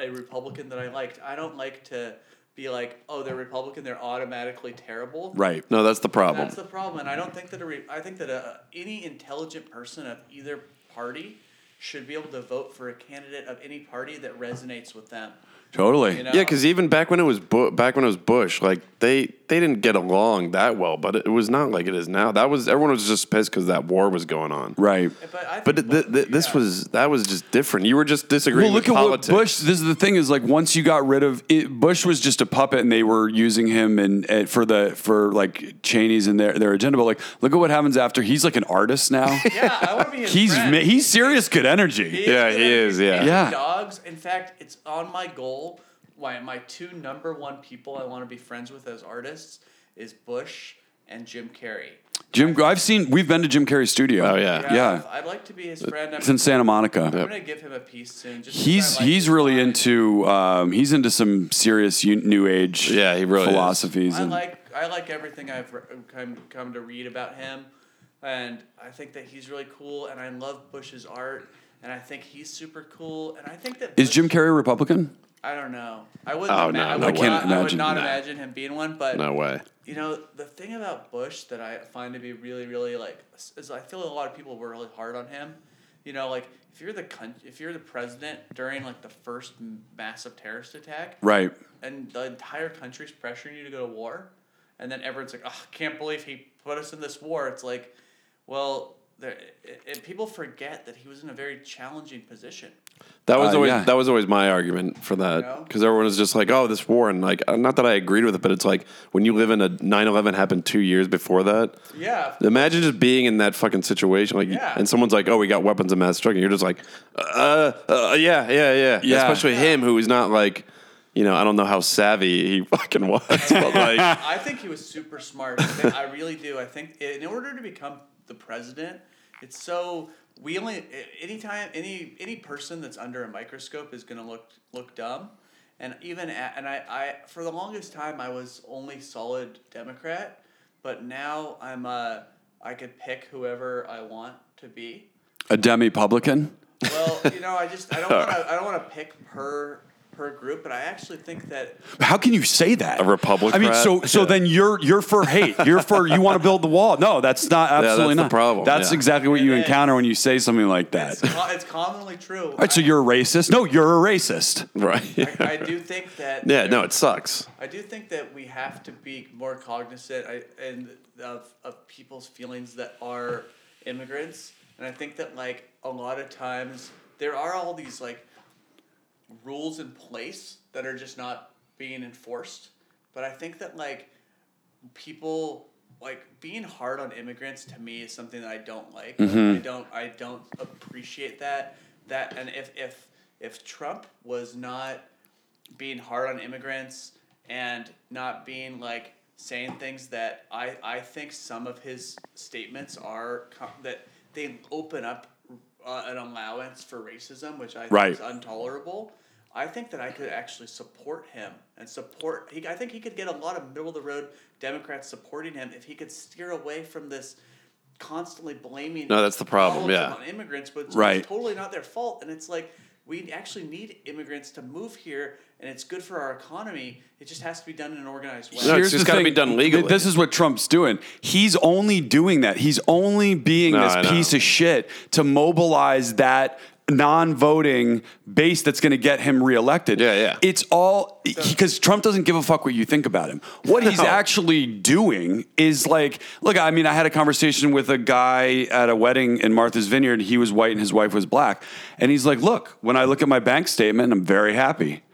a Republican that I liked. I don't like to be like, oh, they're Republican, they're automatically terrible.
Right.
No, that's the problem.
That's the problem, and I don't think that a re- I think that a, any intelligent person of either party should be able to vote for a candidate of any party that resonates with them.
Totally.
You know?
yeah, because even back when it was Bu- back when it was Bush, like they they didn't get along that well, but it was not like it is now. That was everyone was just pissed because that war was going on.
Right.
But I think
But th- th- th- this
yeah.
was that was just different. You were just disagreeing
Well, look
with
at
politics.
what Bush. This is the thing: is like once you got rid of it, Bush was just a puppet, and they were using him and and for the for like Cheney's and their their agenda. But like, look at what happens after he's like an
[LAUGHS]
artist now.
yeah, I want to be his
he's
friend.
ma- he's serious, good energy.
He
Yeah,
good
he
at
is, yeah.
feeding
Yeah.
Dogs. In fact, it's on my goal. My my two number one people I want to be friends with as artists is Bush and Jim Carrey.
Jim, I've seen. We've been to Jim Carrey's studio.
Oh, yeah.
yeah.
I'd like to be his friend. I'm,
It's in Santa Monica.
I'm gonna give him a piece soon. Just 'cause I
He's
like
he's
his
really
vibe.
into um, he's into some serious u- new age
Yeah, he really is.
philosophies
I
and
like I like everything I've re- come come to read about him, and I think that he's really cool. And I love Bush's art, and I think he's super cool. And I think that
is
Bush-
Jim Carrey Republican?
I don't know. I wouldn't.
Oh,
ima-
no,
I,
no
would
way.
I can't
not, I would
imagine,
not
no.
imagine him being one. But
No way.
you know, the thing about Bush that I find to be really, really like is I feel a lot of people were really hard on him. You know, like if you're the con- if you're the president during like the first m- massive terrorist attack,
Right.
and the entire country's pressuring you to go to war, and then everyone's like, oh, I can't believe he put us in this war. It's like, well, there, it, it, people forget that he was in a very challenging position.
That was
Uh,
always
yeah.
that was always my argument for that
No?
because everyone was just like, "Oh, this war," and like, uh, not that I agreed with it, but it's like when you live in a 9-11 happened two years before that.
Yeah.
Imagine just being in that fucking situation, like,
Yeah.
and someone's like, "Oh, we got weapons of mass destruction." You're just like, "Uh, uh yeah, yeah, yeah,
Yeah.
Especially him, who is not like, you know, I don't know how savvy he [LAUGHS] fucking was, but
[LAUGHS]
like,
I think he was super smart. I think- I really do. I think in order to become the president, it's so we only a- anytime any any person that's under a microscope is gonna look look dumb, and even a and I, I for the longest time I was only solid Democrat, but now I'm a I could pick whoever I want to be.
A demi publican?
Well, you know, I just I don't want to I don't want to pick per per group, but I actually think that
How can you say that? A
Republican?
I mean, so so
Yeah.
then you're you're for hate. You're for you want to build the wall. No, that's not absolutely
that's the
not
problem,
That's
yeah.
exactly what you
It is.
encounter when you say something like that.
it's,
All
co- it's commonly true.
right, so you're a racist. No, you're a racist.
right? [LAUGHS]
I, I do think that
yeah, no, it sucks.
I do think that we have to be more cognizant I, and of of people's feelings that are immigrants, and I think that like a lot of times there are all these like rules in place that are just not being enforced. But I think that like people like being hard on immigrants to me is something that I don't like.
Mm-hmm.
I don't I don't appreciate that that and if if if Trump was not being hard on immigrants and not being like saying things that I I think some of his statements are co- that they open up uh, an allowance for racism, which I think
Right.
is intolerable. I think that I could actually support him and support. He, I think he could get a lot of middle of the road Democrats supporting him if he could steer away from this constantly blaming.
No, that's the problem,
all of them
yeah.
on immigrants, but it's
Right.
totally not their fault. And it's like we actually need immigrants to move here, and it's good for our economy. It just has to be done in an organized way.
No, it's just gotta be done
Th-
legally.
This is what Trump's doing. He's only doing that. He's only being
No, I
this
know.
piece of shit to mobilize that non-voting base that's going to get him reelected.
Yeah, yeah.
It's all because Trump doesn't give a fuck what you think about him. What he's actually doing is like, look, I mean, I had a conversation with a guy at a wedding in Martha's Vineyard. He was white and his wife was black, and he's like, look, when I look at my bank statement, I'm very happy.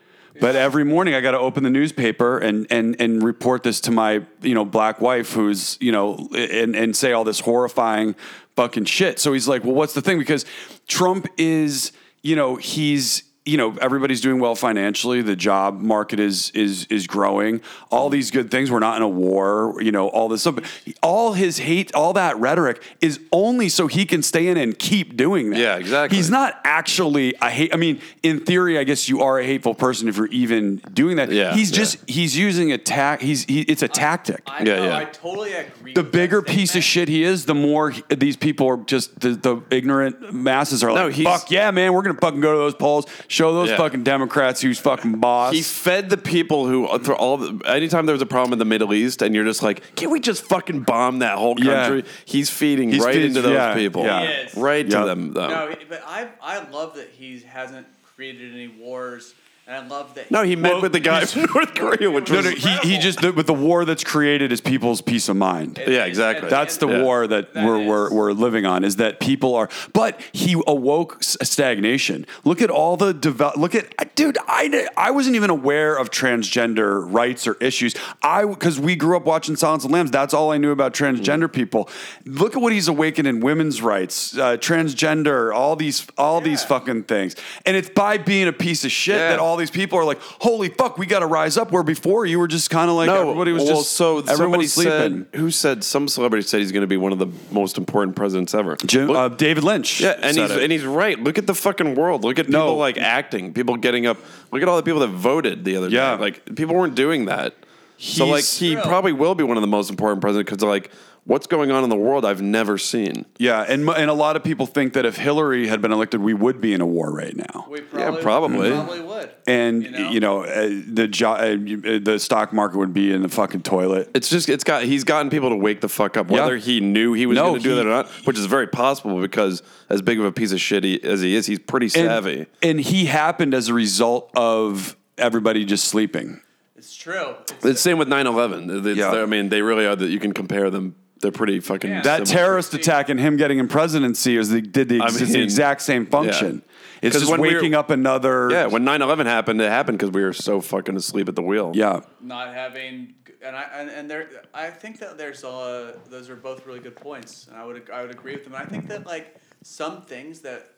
But every morning I got to open the newspaper and, and, and report this to my, you know, black wife who's, you know, and, and say all this horrifying fucking shit. So he's like, well, what's the thing? Because Trump is, you know, he's, you know, everybody's doing well financially. The job market is is is growing. All these good things. We're not in a war. You know, all this stuff. But All his hate, all that rhetoric is only so he can stay in and keep doing that.
Yeah, exactly.
He's not not actually a hate. I mean, in theory, I guess you are a hateful person if you're even doing that.
Yeah,
he's
yeah.
just he's using a tac. He's he, it's a tactic.
I,
Yeah,
no,
yeah.
I totally agree.
the
with that
bigger piece of
statement.
shit he is, the more he- these people are just the, the ignorant masses are
No,
like,
he's-
fuck yeah, man, we're gonna fucking go to those polls, show those
Yeah.
fucking Democrats who's fucking boss.
He fed the people who through all. The, anytime there was a problem in the Middle East, and you're just like, can't we just fucking bomb that whole
Yeah.
country? He's feeding
He's
right
feeding-
into those
yeah,
people,
yeah.
He is.
right
Yeah.
to them. Though.
No,
No,
he- but I I love that he hasn't created any wars, and I love that.
he met
Well,
with the guy from [LAUGHS] North Korea, which
no,
was
no, he, he
incredible.
just the, with the war that's created is people's peace of mind.
And-
Yeah,
and-
exactly.
and-
That's the
and-
war that,
That
we're,
is-
we're we're living on is that people are. But he awoke s- stagnation. Look at all the develop. Look at dude. I di- I wasn't even aware of transgender rights or issues. I because we grew up watching Silence of the Lambs. That's all I knew about transgender people. Look at what he's awakened in women's rights, uh, transgender, all these all these
Yeah.
fucking things. And it's by being a piece of shit
Yeah.
that all these people are like, "Holy fuck, we got to rise up." Where before you were just kind of like everybody was
well,
just
so
everyone
somebody
was sleeping.
said who said some celebrity said he's going to be one of the most important presidents ever.
Jim,
Look-
uh, David Lynch.
yeah, and
said
he's
it.
and he's right. Look at the fucking world. Look at people
No.
like acting, people getting up. Look at all the people that voted the other
Yeah.
day. Like people weren't doing that. so like
He's-
he
True.
probably will be one of the most important presidents because like what's going on in the world I've never seen.
yeah, and mo- and a lot of people think that if Hillary had been elected, we would be in a war right now.
We probably,
probably.
We probably would.
and you know, uh, the jo- uh, you- uh, the stock market would be in the fucking toilet.
It's just it's got he's gotten people to wake the fuck up
Yeah.
whether he knew he was
No,
going to do
he-
that or not, which is very possible because as big of a piece of shit he, as he is, he's pretty
And-
savvy.
and he happened as a result of everybody just sleeping.
it's true. It's,
It's same with 9-11. It's-
Yeah.
I mean, they really are that you can compare them. They're pretty fucking
Yeah.
That
similar.
terrorist attack and him getting in presidency is the, did the,
I
it's the
mean,
exact same function. It's
'Cause
just
when we were-
waking up another.
Yeah, when 9-11 happened, it happened because we were so fucking asleep at the wheel. [LAUGHS]
yeah.
not having and I and, and there I think that there's uh those are both really good points and I would ag- I would agree with them. And I think that like some things that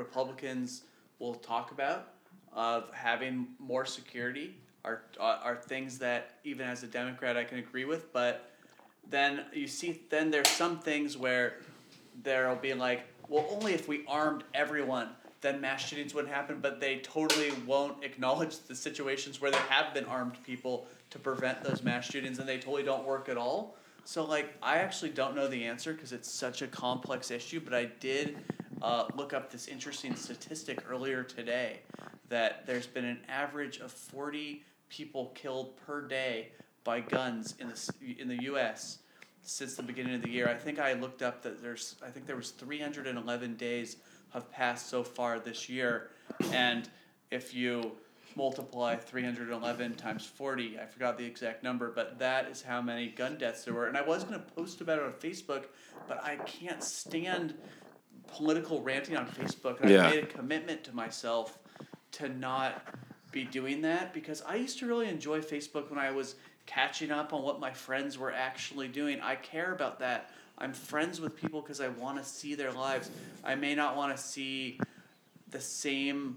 Republicans will talk about of having more security are are are things that even as a Democrat I can agree with, but then you see then there's some things where there'll be like, well, only if we armed everyone, then mass shootings wouldn't happen. But they totally won't acknowledge the situations where there have been armed people to prevent those mass shootings, and they totally don't work at all. So like, I actually don't know the answer because it's such a complex issue. But I did uh, look up this interesting statistic earlier today that there's been an average of forty people killed per day by guns in the s- in the U.S since the beginning of the year. I think I looked up that there's I think there was 311 days have passed so far this year, and if you multiply 311 times 40, I forgot the exact number, but that is how many gun deaths there were. And I was going to post about it on Facebook, but I can't stand political ranting on Facebook. And
Yeah.
I made a commitment to myself to not be doing that because I used to really enjoy Facebook when I was catching up on what my friends were actually doing. I care about that. I'm friends with people because I want to see their lives. I may not want to see the same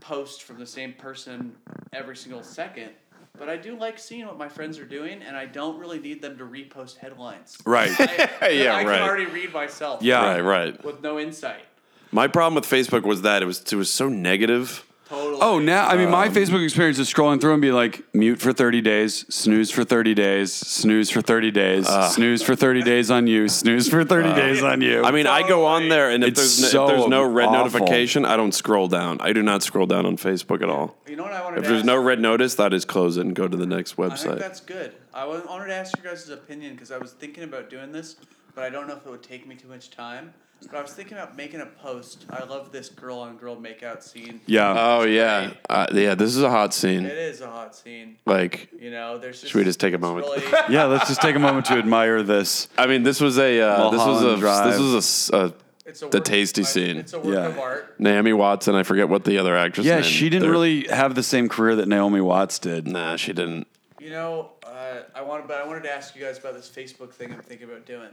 post from the same person every single second, but I do like seeing what my friends are doing, and I don't really need them to repost headlines.
[LAUGHS]
Right.
I,
Yeah,
I
right.
can already read myself.
Yeah.
Right, right.
With no insight.
My problem with Facebook was that it was it was so negative.
Totally.
Oh, now I mean, my
Um,
Facebook experience is scrolling through and be like, mute for thirty days, snooze for thirty days, snooze for thirty days,
Uh.
snooze for thirty days on you, snooze for thirty days on you.
I mean, I go on there and if
It's
there's no,
so
if there's no red
awful.
notification, I don't scroll down. I do not scroll down on Facebook at all.
You know what I wanted
If
to
there's
ask?
no red notice, that is close it and go to the next
I think
website.
that's good. I wa- wanted to ask your guys' opinion because I was thinking about doing this, but I don't know if it would take me too much time. But I was thinking about making a post. I love this girl on girl makeout scene.
yeah,
Oh yeah, uh, yeah. This is a hot
It
scene.
is a hot scene.
Like,
You know, there's just
we just take a
it's
moment?
really-
[LAUGHS]
yeah. Let's just take a moment to admire this.
I mean, this was a uh, this was a
Mulholland Drive.
this was a s- a,
it's a
the
work-
tasty
I-
scene.
It's a work
Yeah.
of art.
Naomi Watts and I forget what the other actress.
Yeah,
name-
she didn't
they're-
really have the same career that Naomi Watts did.
Nah, she didn't.
You know, uh, I wanted, but I wanted to ask you guys about this Facebook thing I'm thinking about doing.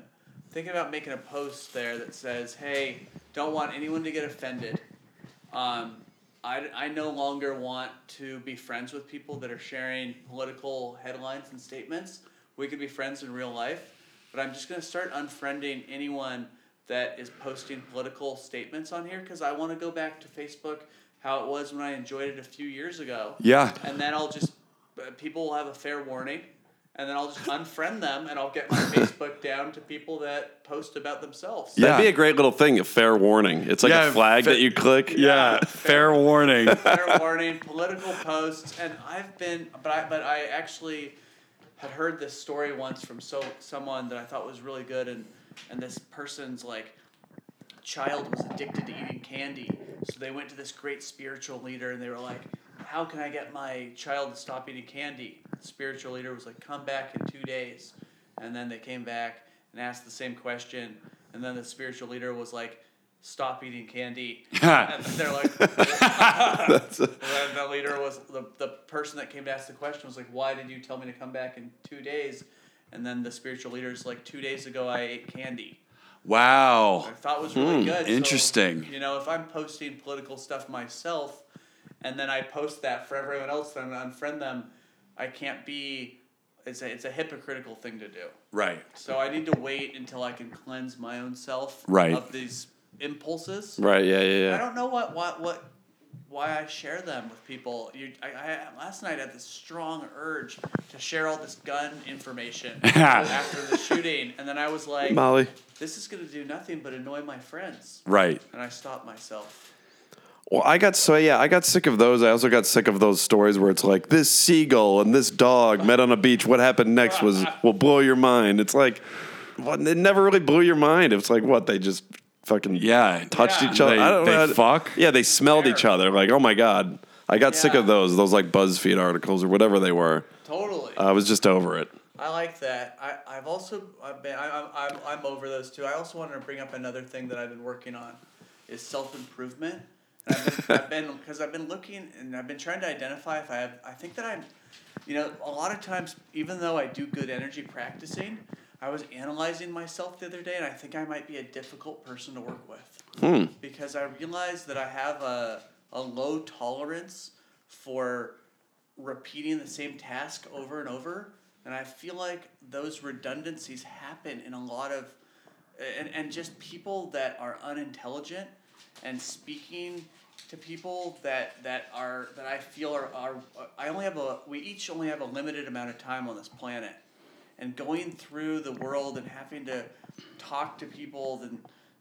Thinking about making a post there that says, "Hey, don't want anyone to get offended. Um, I, I no longer want to be friends with people that are sharing political headlines and statements. We could be friends in real life, but I'm just gonna start unfriending anyone that is posting political statements on here because I want to go back to Facebook how it was when I enjoyed it a few years ago.
Yeah.
And then I'll just, uh, people will have a fair warning. And then I'll just unfriend them and
[LAUGHS]
I'll get my Facebook down to people that post about themselves.
Yeah.
That'd be a great little thing. A fair warning. It's like
Yeah,
a flag
fa-
that you click.
Yeah, fair warning.
[LAUGHS]
fair warning, political posts, and I've been, but I, but I actually had heard this story once from so someone that I thought was really good, and and this person's like child was addicted to eating candy, so they went to this great spiritual leader, and they were like, "How can I get my child to stop eating candy?" The spiritual leader was like, "Come back in two days," and then they came back and asked the same question, and then the spiritual leader was like. Stop eating candy. and they're like,
[LAUGHS]
and then the leader was the, the person that came to ask the question was like, "Why did you tell me to come back in two days?" And then the spiritual leader's like, two days ago I ate candy."
Wow.
I thought was really good. So,
Hmm, interesting.
you know, if I'm posting political stuff myself, and then I post that for everyone else, then I unfriend them. I can't be. It's a, it's a hypocritical thing to do.
Right.
So I need to wait until I can cleanse my own self
Right.
of these impulses.
Right. Yeah. Yeah.
I
Yeah.
don't know what what what why I share them with people. You, I, I last night I had this strong urge to share all this gun information after the shooting, and then I was like,
Molly.
"This is gonna do nothing but annoy my friends,"
Right.
and I stopped myself.
Well, I got so yeah, I got sick of those. I also got sick of those stories where it's like this seagull and this dog met on a beach. What happened next was will blow your mind. It's like what it never really blew your mind. It's like what they just fucking
Yeah.
touched
Yeah.
each other.
They-
I don't
they
know. how to-
fuck?
Yeah, they smelled each
Fair.
other. Like oh my god, I got sick
Yeah.
of those. Those like BuzzFeed articles or whatever they were.
Totally,
I was just over it.
I like that. I, I've also I've been I, I'm- I'm I'm over those too. I also wanted to bring up another thing that I've been working on, is self improvement. I've been- I've been because I've been looking and I've been trying to identify if I have. I think that I'm, you know, a lot of times even though I do good energy practicing, I was analyzing myself the other day and I think I might be a difficult person to work with because I realized that I have a a low tolerance for repeating the same task over and over, and I feel like those redundancies happen in a lot of and, and just people that are unintelligent and speaking to people that that are that I feel are, are I only have a we each only have a limited amount of time on this planet and going through the world and having to talk to people that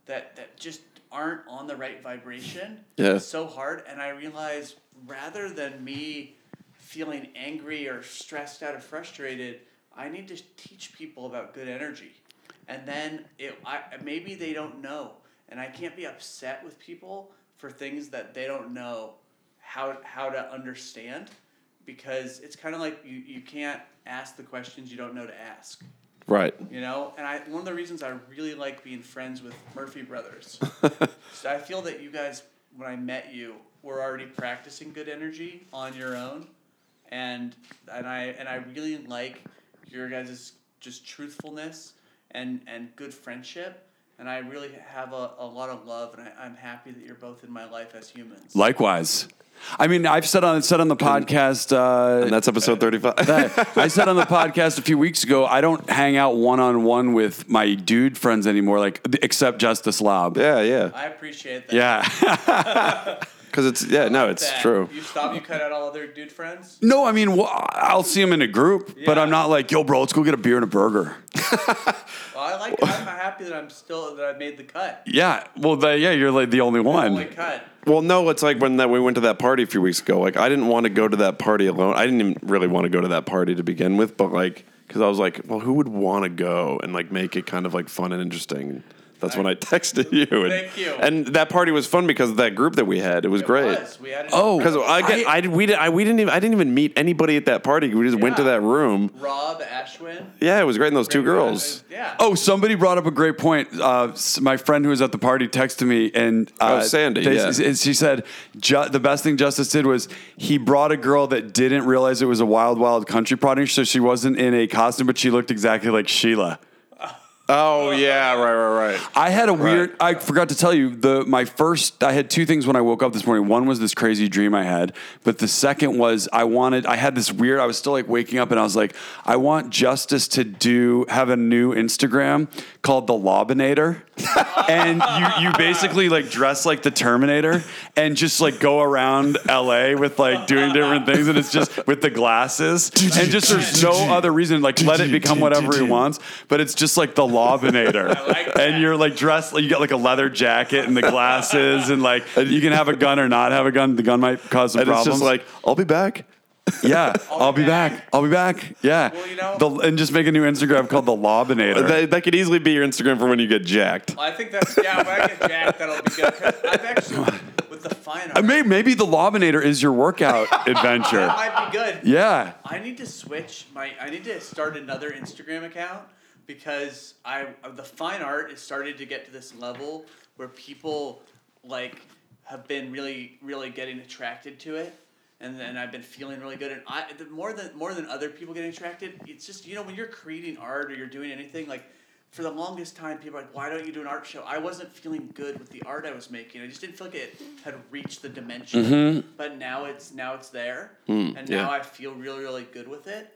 that, that just aren't on the right vibration
Yeah.
is so hard and I realize rather than me feeling angry or stressed out or frustrated, I need to teach people about good energy. And then it, I, maybe they don't know. And I can't be upset with people for things that they don't know how, how to understand because it's kind of like you, you can't ask the questions you don't know to ask.
Right.
You know, and I one of the reasons I really like being friends with Murphy Brothers. so I feel that you guys, when I met you, were already practicing good energy on your own, and and I and I really like your guys' just truthfulness and and good friendship, and I really have a, a lot of love, and I, I'm happy that you're both in my life as humans.
Likewise. I mean, I've said on said on the podcast. Uh,
And that's episode thirty-five.
I said on the podcast a few weeks ago, I don't hang out one on one with my dude friends anymore, like except Justice
[LAUGHS]
Lob.
yeah. Yeah.
I appreciate that.
Yeah. [LAUGHS]
Because it's yeah. No, it's
That
true.
You stop. You cut out all other dude friends.
No, I mean, wh- I'll see him in a group, but
Yeah.
I'm not like, yo, bro, let's go get a beer and a burger.
Well, I like. I'm happy that I'm still that I made the cut.
Yeah. Well, the, yeah, you're like the only one.
Only cut.
Well, no, it's like when that we went to that party a few weeks ago. Like, I didn't want to go to that party alone. I didn't even really want to go to that party to begin with, but like, because I was like, well, who would want to go and like make it kind of like fun and interesting. That's when I [LAUGHS] texted you. And,
Thank you.
And that party was fun because of that group that we had. It was
It
great.
was. We had an
Oh,
Because again, I, we did, I we didn't even I didn't even meet anybody at that party. We just went to
Yeah.
that room.
Rob Ashwin. uh,
Yeah, it was great. And those two girls.
Yeah.
Oh, somebody brought up a great point. Uh, s- my friend who was at the party texted me, and uh,
Oh, Sandy, yeah.
and she said Ju- the best thing Justice did was he brought a girl that didn't realize it was a Wild Wild Country party, so she wasn't in a costume, but she looked exactly like Sheila.
Oh yeah, right, right, right.
I had a weird. I forgot to tell you the my first. I had two things when I woke up this morning. One was this crazy dream I had, but the second was I wanted. I had this weird. I was still like waking up, and I was like, I want Justice to do have a new Instagram called the
[LAUGHS]
Lobinator, and you you basically like dress like the Terminator and just like go around L.A. with like doing different things, and it's just with the glasses, and just there's no other reason. Like let it become whatever he wants, but it's just like the Lobinator,
like that.
and you're you're like dressed like you got like a leather jacket and the glasses and like you can have a gun or not have a gun the gun might cause some
And
problems
it's just like I'll be back.
[LAUGHS] yeah
I'll
I'll,
be
be back.
back.
I'll be back yeah
Well, you know-
the, and just make a new Instagram called the Lobinator
That, that could easily be your Instagram for when you get jacked. [LAUGHS]
I think that's yeah. When I get Jack, that'll be good. 'Cause I've actually with the fine art.
Uh, may- maybe the Lobinator is your workout [LAUGHS] adventure
that might be good.
yeah
I need to switch my. I need to start another Instagram account because I the fine art is starting to get to this level where people like have been really really getting attracted to it, and then I've been feeling really good. And I the more than more than other people getting attracted, it's just you know when you're creating art or you're doing anything like for the longest time, people were like, why don't you do an art show? I wasn't feeling good with the art I was making. I just didn't feel like it had reached the dimension.
Mm-hmm.
But now it's now it's there,
Hmm,
and
yeah.
now I feel really really good with it.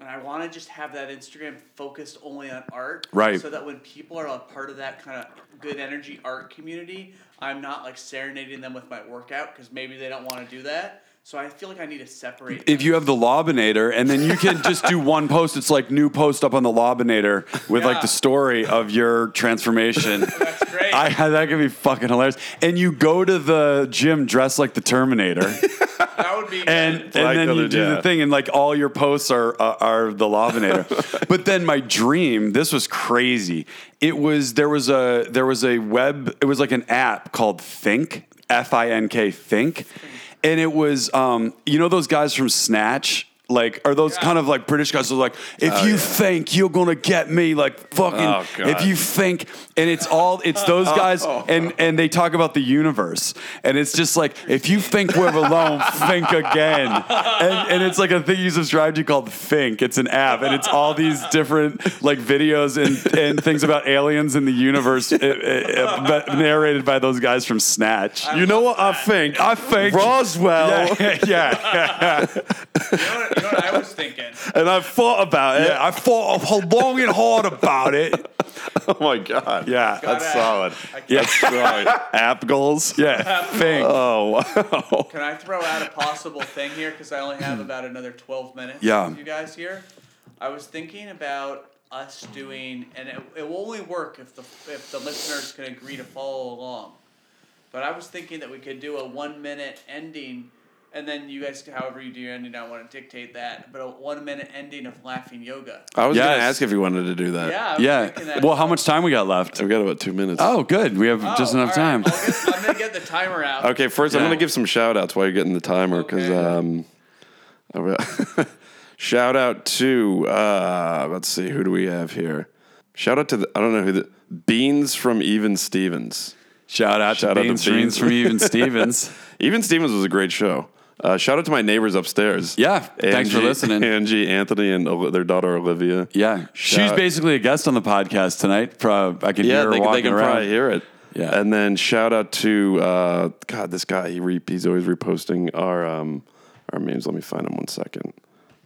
And I want to just have that Instagram focused only on art,
Right.
So that when people are a part of that kind of good energy art community, I'm not like serenading them with my workout because maybe they don't want to do that. So I feel like I need to separate.
if you have the lobinator and then you can just do one post it's like new post up on the lobinator with like
Yeah.
the story of your transformation
[LAUGHS] That's great.
I, that could be fucking hilarious and you go to the gym dressed like the terminator
that would
[LAUGHS]
be
and and
good.
Black
then you
colored,
do
yeah.
the thing, and like all your posts are are, are
[LAUGHS]
the Lobinator. but then my dream, this was crazy. It was there was a there was a web. It was like an app called Think F I N K Think, and it was um you know those guys from Snatch. Like are those kind of like British guys who are like if you think you're gonna get me like fucking
Oh, God.
if you think and it's all
[LAUGHS]
it's those
Oh.
guys and and they talk about the universe and it's just like if you think we're alone think again and, and it's like a thing you subscribe to called think it's an app and it's all these different like videos and and things about aliens in the universe uh, uh, uh, but narrated by those guys from snatch
You know what I think?
i think
Roswell,
yeah, [LAUGHS] yeah,
You know what- you know what I was thinking?
and I've thought about it.
yeah. I thought long and hard about it.
Oh my god.
Yeah,
That's
Gotta-
solid.
yeah, [LAUGHS]
That's solid. App goals.
yeah. Think.
Oh wow.
Can I throw out a possible thing here? Because I only have about another 12 minutes.
Hmm. Yeah.
with You guys here? I was thinking about us doing, and it, it will only work if the, if the listeners can agree to follow along. But I was thinking that we could do a one minute ending, and then you guys, however you do your ending, I don't want to dictate that, but a one minute ending of laughing yoga.
I was
Yes.
gonna ask if you wanted to do that.
Yeah. I was thinking
Yeah.
that.
Well, how much time we got left?
I've got about two minutes.
Oh, good. We have
Oh,
just enough
all
time.
right. I'll get- I'm going to get the timer out.
Okay, first I'm
Yeah.
gonna give some shout outs while you're getting the timer because
Okay.
um I re- [LAUGHS] shout out to uh let's see, who do we have here? Shout out to the I don't know who the Beans from Even Stevens.
Shout out
Shout out
to
to
Beans,
Beans.
Beans from Even [LAUGHS] Stevens.
Even Stevens was a great show. Uh, shout out to my neighbors upstairs.
Yeah, thanks for
Angie- [LAUGHS]
listening.
Angie, Anthony, and Oli- their daughter Olivia.
Yeah, she's
Shout-
basically a guest on the podcast tonight. Pro- I can
Yeah,
hear her
they,
walking
they can
around.
probably hear it.
Yeah.
And then shout out to uh, God, this guy he re- he's always reposting our um, our memes. Let me find him one second.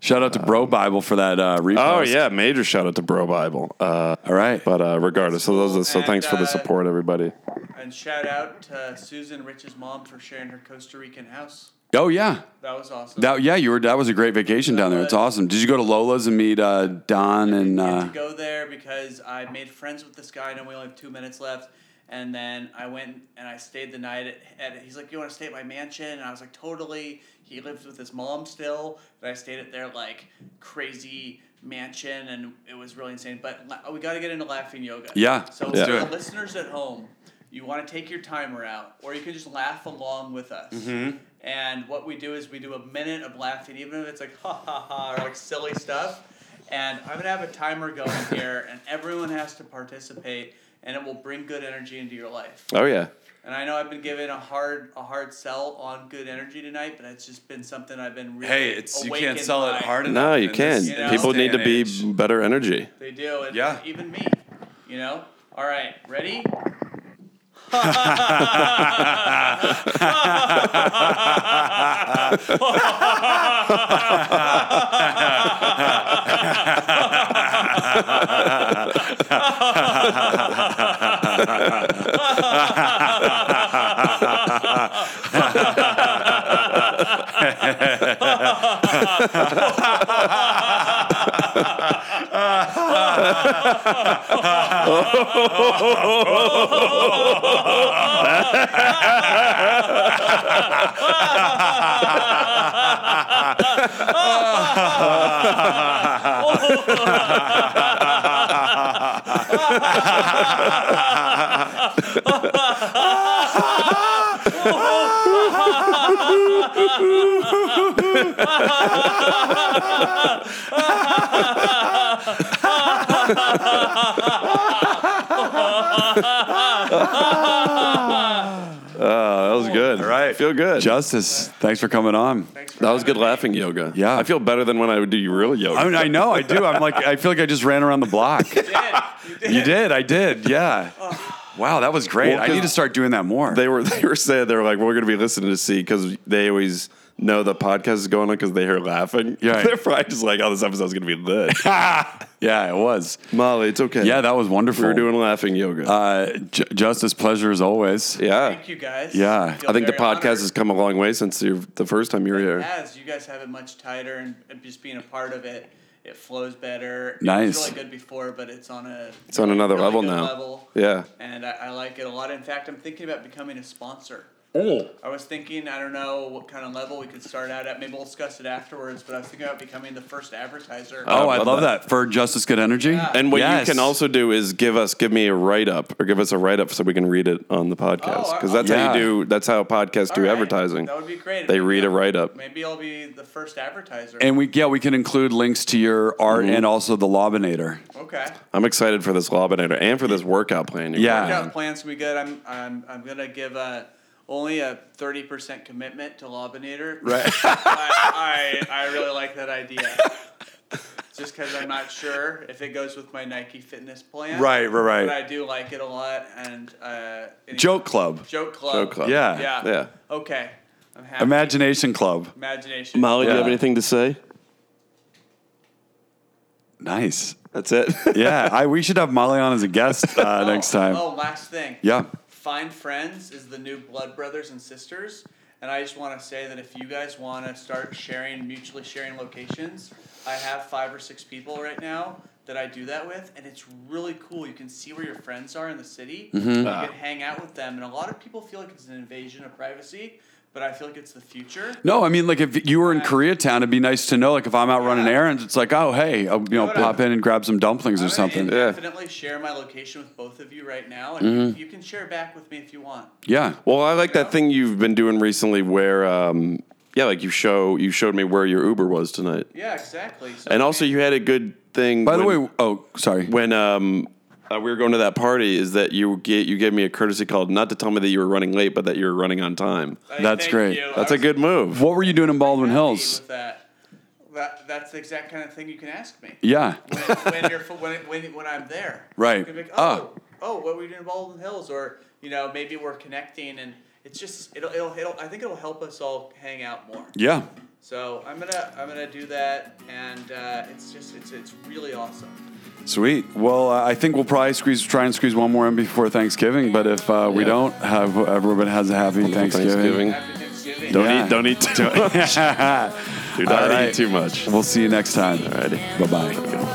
Shout out to Bro Bible for that uh, repost.
Oh yeah, major shout out to Bro Bible. Uh,
All right.
but uh, regardless, so those are, so
And,
thanks for the
uh,
support, everybody.
And shout out to Susan Rich's mom for sharing her Costa Rican house.
oh yeah.
That was awesome.
That yeah, you were. That was a great vacation down there. It's awesome. Did you go to Lola's and meet uh, Don and?
I
Uh,
had to go there because I made friends with this guy and we only have two minutes left. And then I went and I stayed the night at, at he's like, You want to stay at my mansion? And I was like, Totally. He lives with his mom still. And I stayed at their like crazy mansion and it was really insane. But la- we got to get into laughing yoga.
Yeah,
So
let's
for
do
the
it.
listeners at home, you want to take your timer out or you can just laugh along with us.
Mm-hmm.
And what we do is we do a minute of laughing, even if it's like ha ha ha or like silly stuff. And I'm gonna have a timer going here, and everyone has to participate, and it will bring good energy into your life.
Oh yeah,
And I know I've been given a hard a hard sell on good energy tonight, but it's just been something I've been really
hey, it's you can't
awakened
sell
by.
it hard enough.
no, you
in
can.
this-
You know?
People
in this
need to be
day and age.
better energy.
They do, and
Yeah.
even me. You know? All right, ready?
Oh, Oh, that was good.
All right.
feel good.
Justice, thanks for coming on.
Thanks for
that was good
having me.
laughing yoga.
Yeah.
I feel better than when I would do real yoga. [LAUGHS]
I mean, I know I do. I'm like, I feel like I just ran around the block. [LAUGHS]
You did. You did.
You did. I did. Yeah. Wow, that was great.
Oh. Well,
I
'cause
need to start doing that more.
They were [LAUGHS] they were saying they were like we're going to be listening to see because they always know the podcast is going on because they hear laughing.
Yeah.
[LAUGHS] they're probably just like, oh, this episode's going to be lit.
[LAUGHS] yeah, it was.
Molly, it's okay.
Yeah, that was wonderful.
we were doing laughing yoga.
uh, j- just as pleasure as always.
yeah,
Thank you guys.
Yeah.
I think the
very
podcast
honored.
has come a long way since you the first time you were here.
As you guys have it much tighter and, and just being a part of it, it flows better. It
Nice.
was really good before, but it's on a
It's on another
really
level
good
now.
Level.
Yeah.
And I, I like it a lot. In fact, I'm thinking about becoming a sponsor.
Oh,
I was thinking, I don't know what kind of level we could start out at. Maybe we'll discuss it afterwards, but I was thinking about becoming the first advertiser.
oh, I
I'd
love,
love
that. for Justice Good Energy.
Yeah.
And what
Yes.
you can also do is give us give me a write up or give us a write up so we can read it on the podcast
I-
because that's how
Yeah.
you do that's how podcasts do
Oh, All right.
advertising.
That would be great.
They
Maybe
read a
I'll-
write-up.
Maybe I'll be the first advertiser.
and we yeah we can include links to your art
Mm-hmm.
and also the Lobinator.
okay.
I'm excited for this Lobinator and for this workout plan. you got.
Yeah.
Workout plan's gonna be good. I'm I'm I'm gonna give a only a thirty percent commitment
[LAUGHS]
to Lobinator. Right. I, I I really like that idea. Just because I'm not sure if it goes with my Nike fitness plan.
Right, right, right.
But I do like it a lot, and uh, any-
Joke Club,
joke club.
Joke club.
Yeah.
Yeah.
Yeah.
Okay. I'm happy.
Imagination Club.
Imagination.
Molly, do
Yeah.
you have anything to say?
Nice.
That's
[LAUGHS]
it.
Yeah, I we should have Molly on as a guest uh,
Oh,
next time.
[LAUGHS] Oh, last thing.
Yeah.
Find Friends is the new Blood Brothers and Sisters. And I just want to say that if you guys want to start sharing, mutually sharing locations, I have five or six people right now that I do that with. And it's really cool. You can see where your friends are in the city.
Mm-hmm.
You can hang out with them. And a lot of people feel like it's an invasion of privacy, but I feel like it's the future.
No, I mean like if you were in
Yeah.
Koreatown, it'd be nice to know. Like if I'm out running
Yeah.
errands, it's like oh hey, I'll, you know,
what
pop
I-
in and grab some dumplings or
I'm gonna
something.
Yeah.
Definitely share my location with both of you right now. And
Mm-hmm.
you, you can share back with me if you want.
Yeah.
Well, I like that thing you've been doing recently where um yeah, like you show you showed me where your Uber was tonight.
Yeah, exactly. So
And also you had a good thing
By the
when-
way, oh sorry.
when um uh, we were going to that party is that you get you gave me a courtesy call not to tell me that you were running late but that you were running on time.
Hey,
That's
thank
great.
you.
That's
I
a
was
good move.
What were you doing in Baldwin
happy
Hills?
With that. That, that's the exact kind of thing you can ask me.
Yeah.
When, when you're when, when, when I'm there.
Right.
You can be like,
Ah.
oh, oh, what were you doing in Baldwin Hills? Or you know, maybe we're connecting, and it's just it'll, it'll it'll I think it'll help us all hang out more.
Yeah.
So I'm gonna I'm gonna do that, and uh, it's just it's it's really awesome.
Sweet. Well, uh, I think we'll probably squeeze, try and squeeze one more in before Thanksgiving. But if uh, we
Yeah.
don't, have everyone has a happy
Thanksgiving.
Thanksgiving.
Happy Thanksgiving.
Don't
Yeah.
eat don't eat too [LAUGHS] much. Do
All
not
right.
eat too much.
[LAUGHS] We'll see you next time.
Alrighty.
Bye bye.